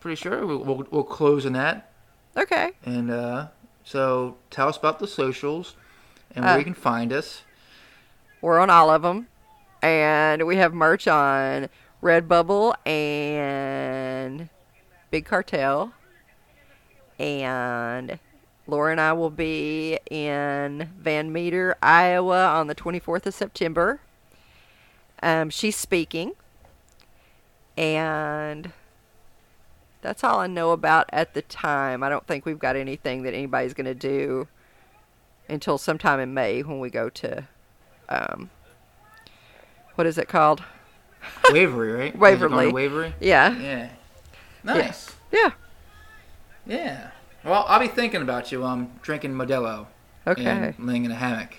Speaker 1: Pretty sure we'll, we'll, we'll close on that.
Speaker 2: Okay.
Speaker 1: And uh, so tell us about the socials and
Speaker 2: Uh,
Speaker 1: where you can find us.
Speaker 2: We're on all of them. And we have merch on Redbubble and Big Cartel. And Laura and I will be in Van Meter, Iowa on the 24th of September. Um, she's speaking. And that's all I know about at the time. I don't think we've got anything that anybody's going to do until sometime in May when we go to um, what is it called?
Speaker 1: Wavery, right? You guys are going to
Speaker 2: Waverly.
Speaker 1: Wavery.
Speaker 2: Yeah,
Speaker 1: Yeah. Nice.
Speaker 2: yeah.
Speaker 1: Yeah. Well, I'll be thinking about you while I'm drinking Modelo
Speaker 2: Okay,
Speaker 1: and laying in a hammock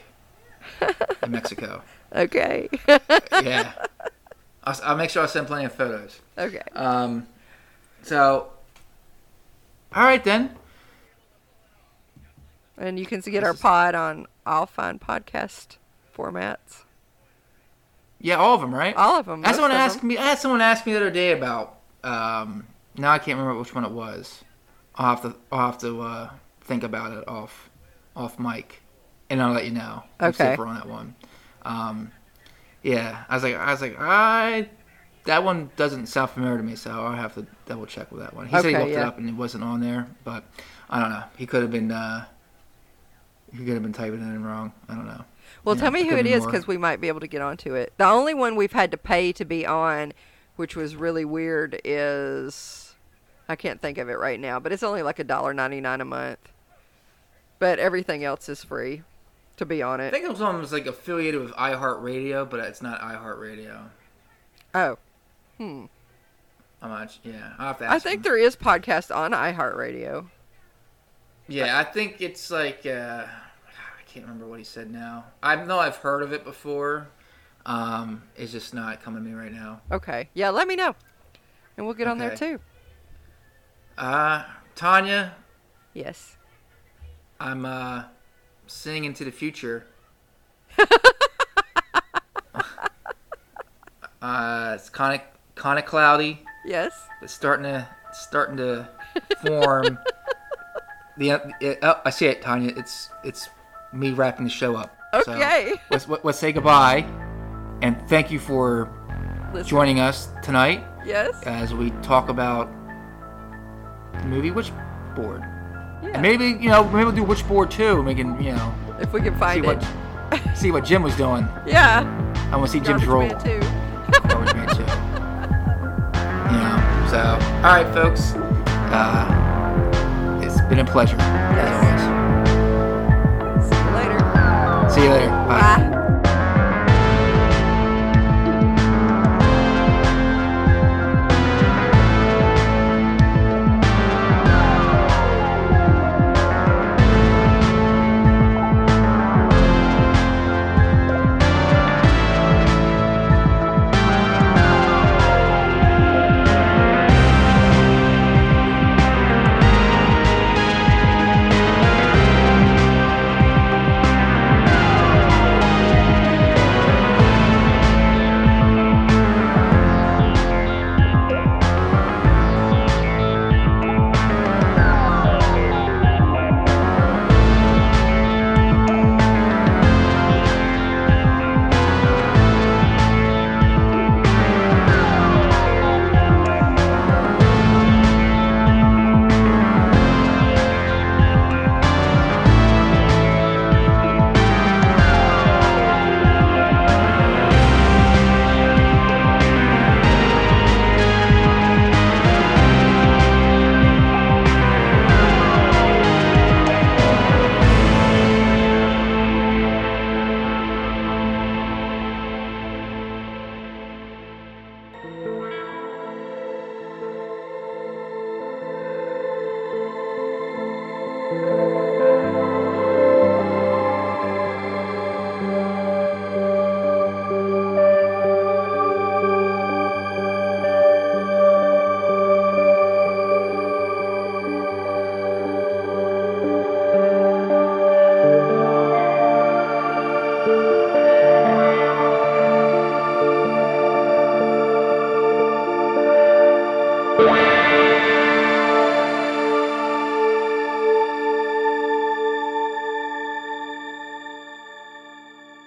Speaker 1: in Mexico.
Speaker 2: okay,
Speaker 1: Yeah. I'll, s will make sure I send plenty of photos.
Speaker 2: okay.
Speaker 1: Um, so, all right then.
Speaker 2: And you can get
Speaker 1: This
Speaker 2: our
Speaker 1: is-
Speaker 2: pod on all fine podcast formats.
Speaker 1: Yeah, all of them, right?
Speaker 2: All of them.
Speaker 1: I had someone ask me. I had someone ask me the other day about. Um, now I can't remember which one it was. I'll have to. I'll have to uh, think about it off, off mic, and I'll let you know. and see
Speaker 2: Okay.
Speaker 1: If we're on that one. Um, yeah, I was like, I was like, I. That one doesn't sound familiar to me, so I'll have to double check with that one. He said he
Speaker 2: Okay,
Speaker 1: looked it
Speaker 2: yeah.
Speaker 1: up and it wasn't on there, but I don't know. He could have been. Uh, he could have been typing it in wrong. I don't know.
Speaker 2: Well,
Speaker 1: Yeah,
Speaker 2: tell me
Speaker 1: it
Speaker 2: who
Speaker 1: could
Speaker 2: it
Speaker 1: be
Speaker 2: is
Speaker 1: more.
Speaker 2: because we might be able to get onto it. The only one we've had to pay to be on, which was really weird, is I can't think of it right now, but it's only like a dollar ninety nine a month. But everything else is free to be on
Speaker 1: I
Speaker 2: it.
Speaker 1: think it was one that was like affiliated with iHeartRadio, but it's not iHeartRadio.
Speaker 2: Oh, hmm.
Speaker 1: How much? Yeah, I have to ask.
Speaker 2: I think
Speaker 1: him.
Speaker 2: there is podcast on iHeartRadio.
Speaker 1: Yeah, I think it's like uh, I can't remember what he said now. I know I've heard of it before. Um, it's just not coming to me right now.
Speaker 2: Okay. Yeah, let me know. And we'll get on there
Speaker 1: Okay.
Speaker 2: too.
Speaker 1: Uh, Tanya,
Speaker 2: Yes.
Speaker 1: I'm uh, singing into the future. uh, it's kind of kind of cloudy.
Speaker 2: Yes.
Speaker 1: It's starting to it's starting to form. the it, oh, I see it, Tanya. It's it's me wrapping the show up. So
Speaker 2: Okay.
Speaker 1: let's, let's say goodbye and thank you for
Speaker 2: Listen.
Speaker 1: joining us tonight
Speaker 2: Yes.
Speaker 1: as we talk about the movie Witchboard.
Speaker 2: Yeah.
Speaker 1: And Maybe you know, maybe we'll do Witchboard too. We can you know
Speaker 2: if we can
Speaker 1: see
Speaker 2: find it.
Speaker 1: what see what Jim was doing.
Speaker 2: Yeah.
Speaker 1: I want to see Jim's
Speaker 2: Garbage
Speaker 1: role.
Speaker 2: Man too.
Speaker 1: Garbage Man too. You know, so all right, folks. Uh, it's been a pleasure. as
Speaker 2: Yes. See you later.
Speaker 1: always. See you later. Bye.
Speaker 2: Bye.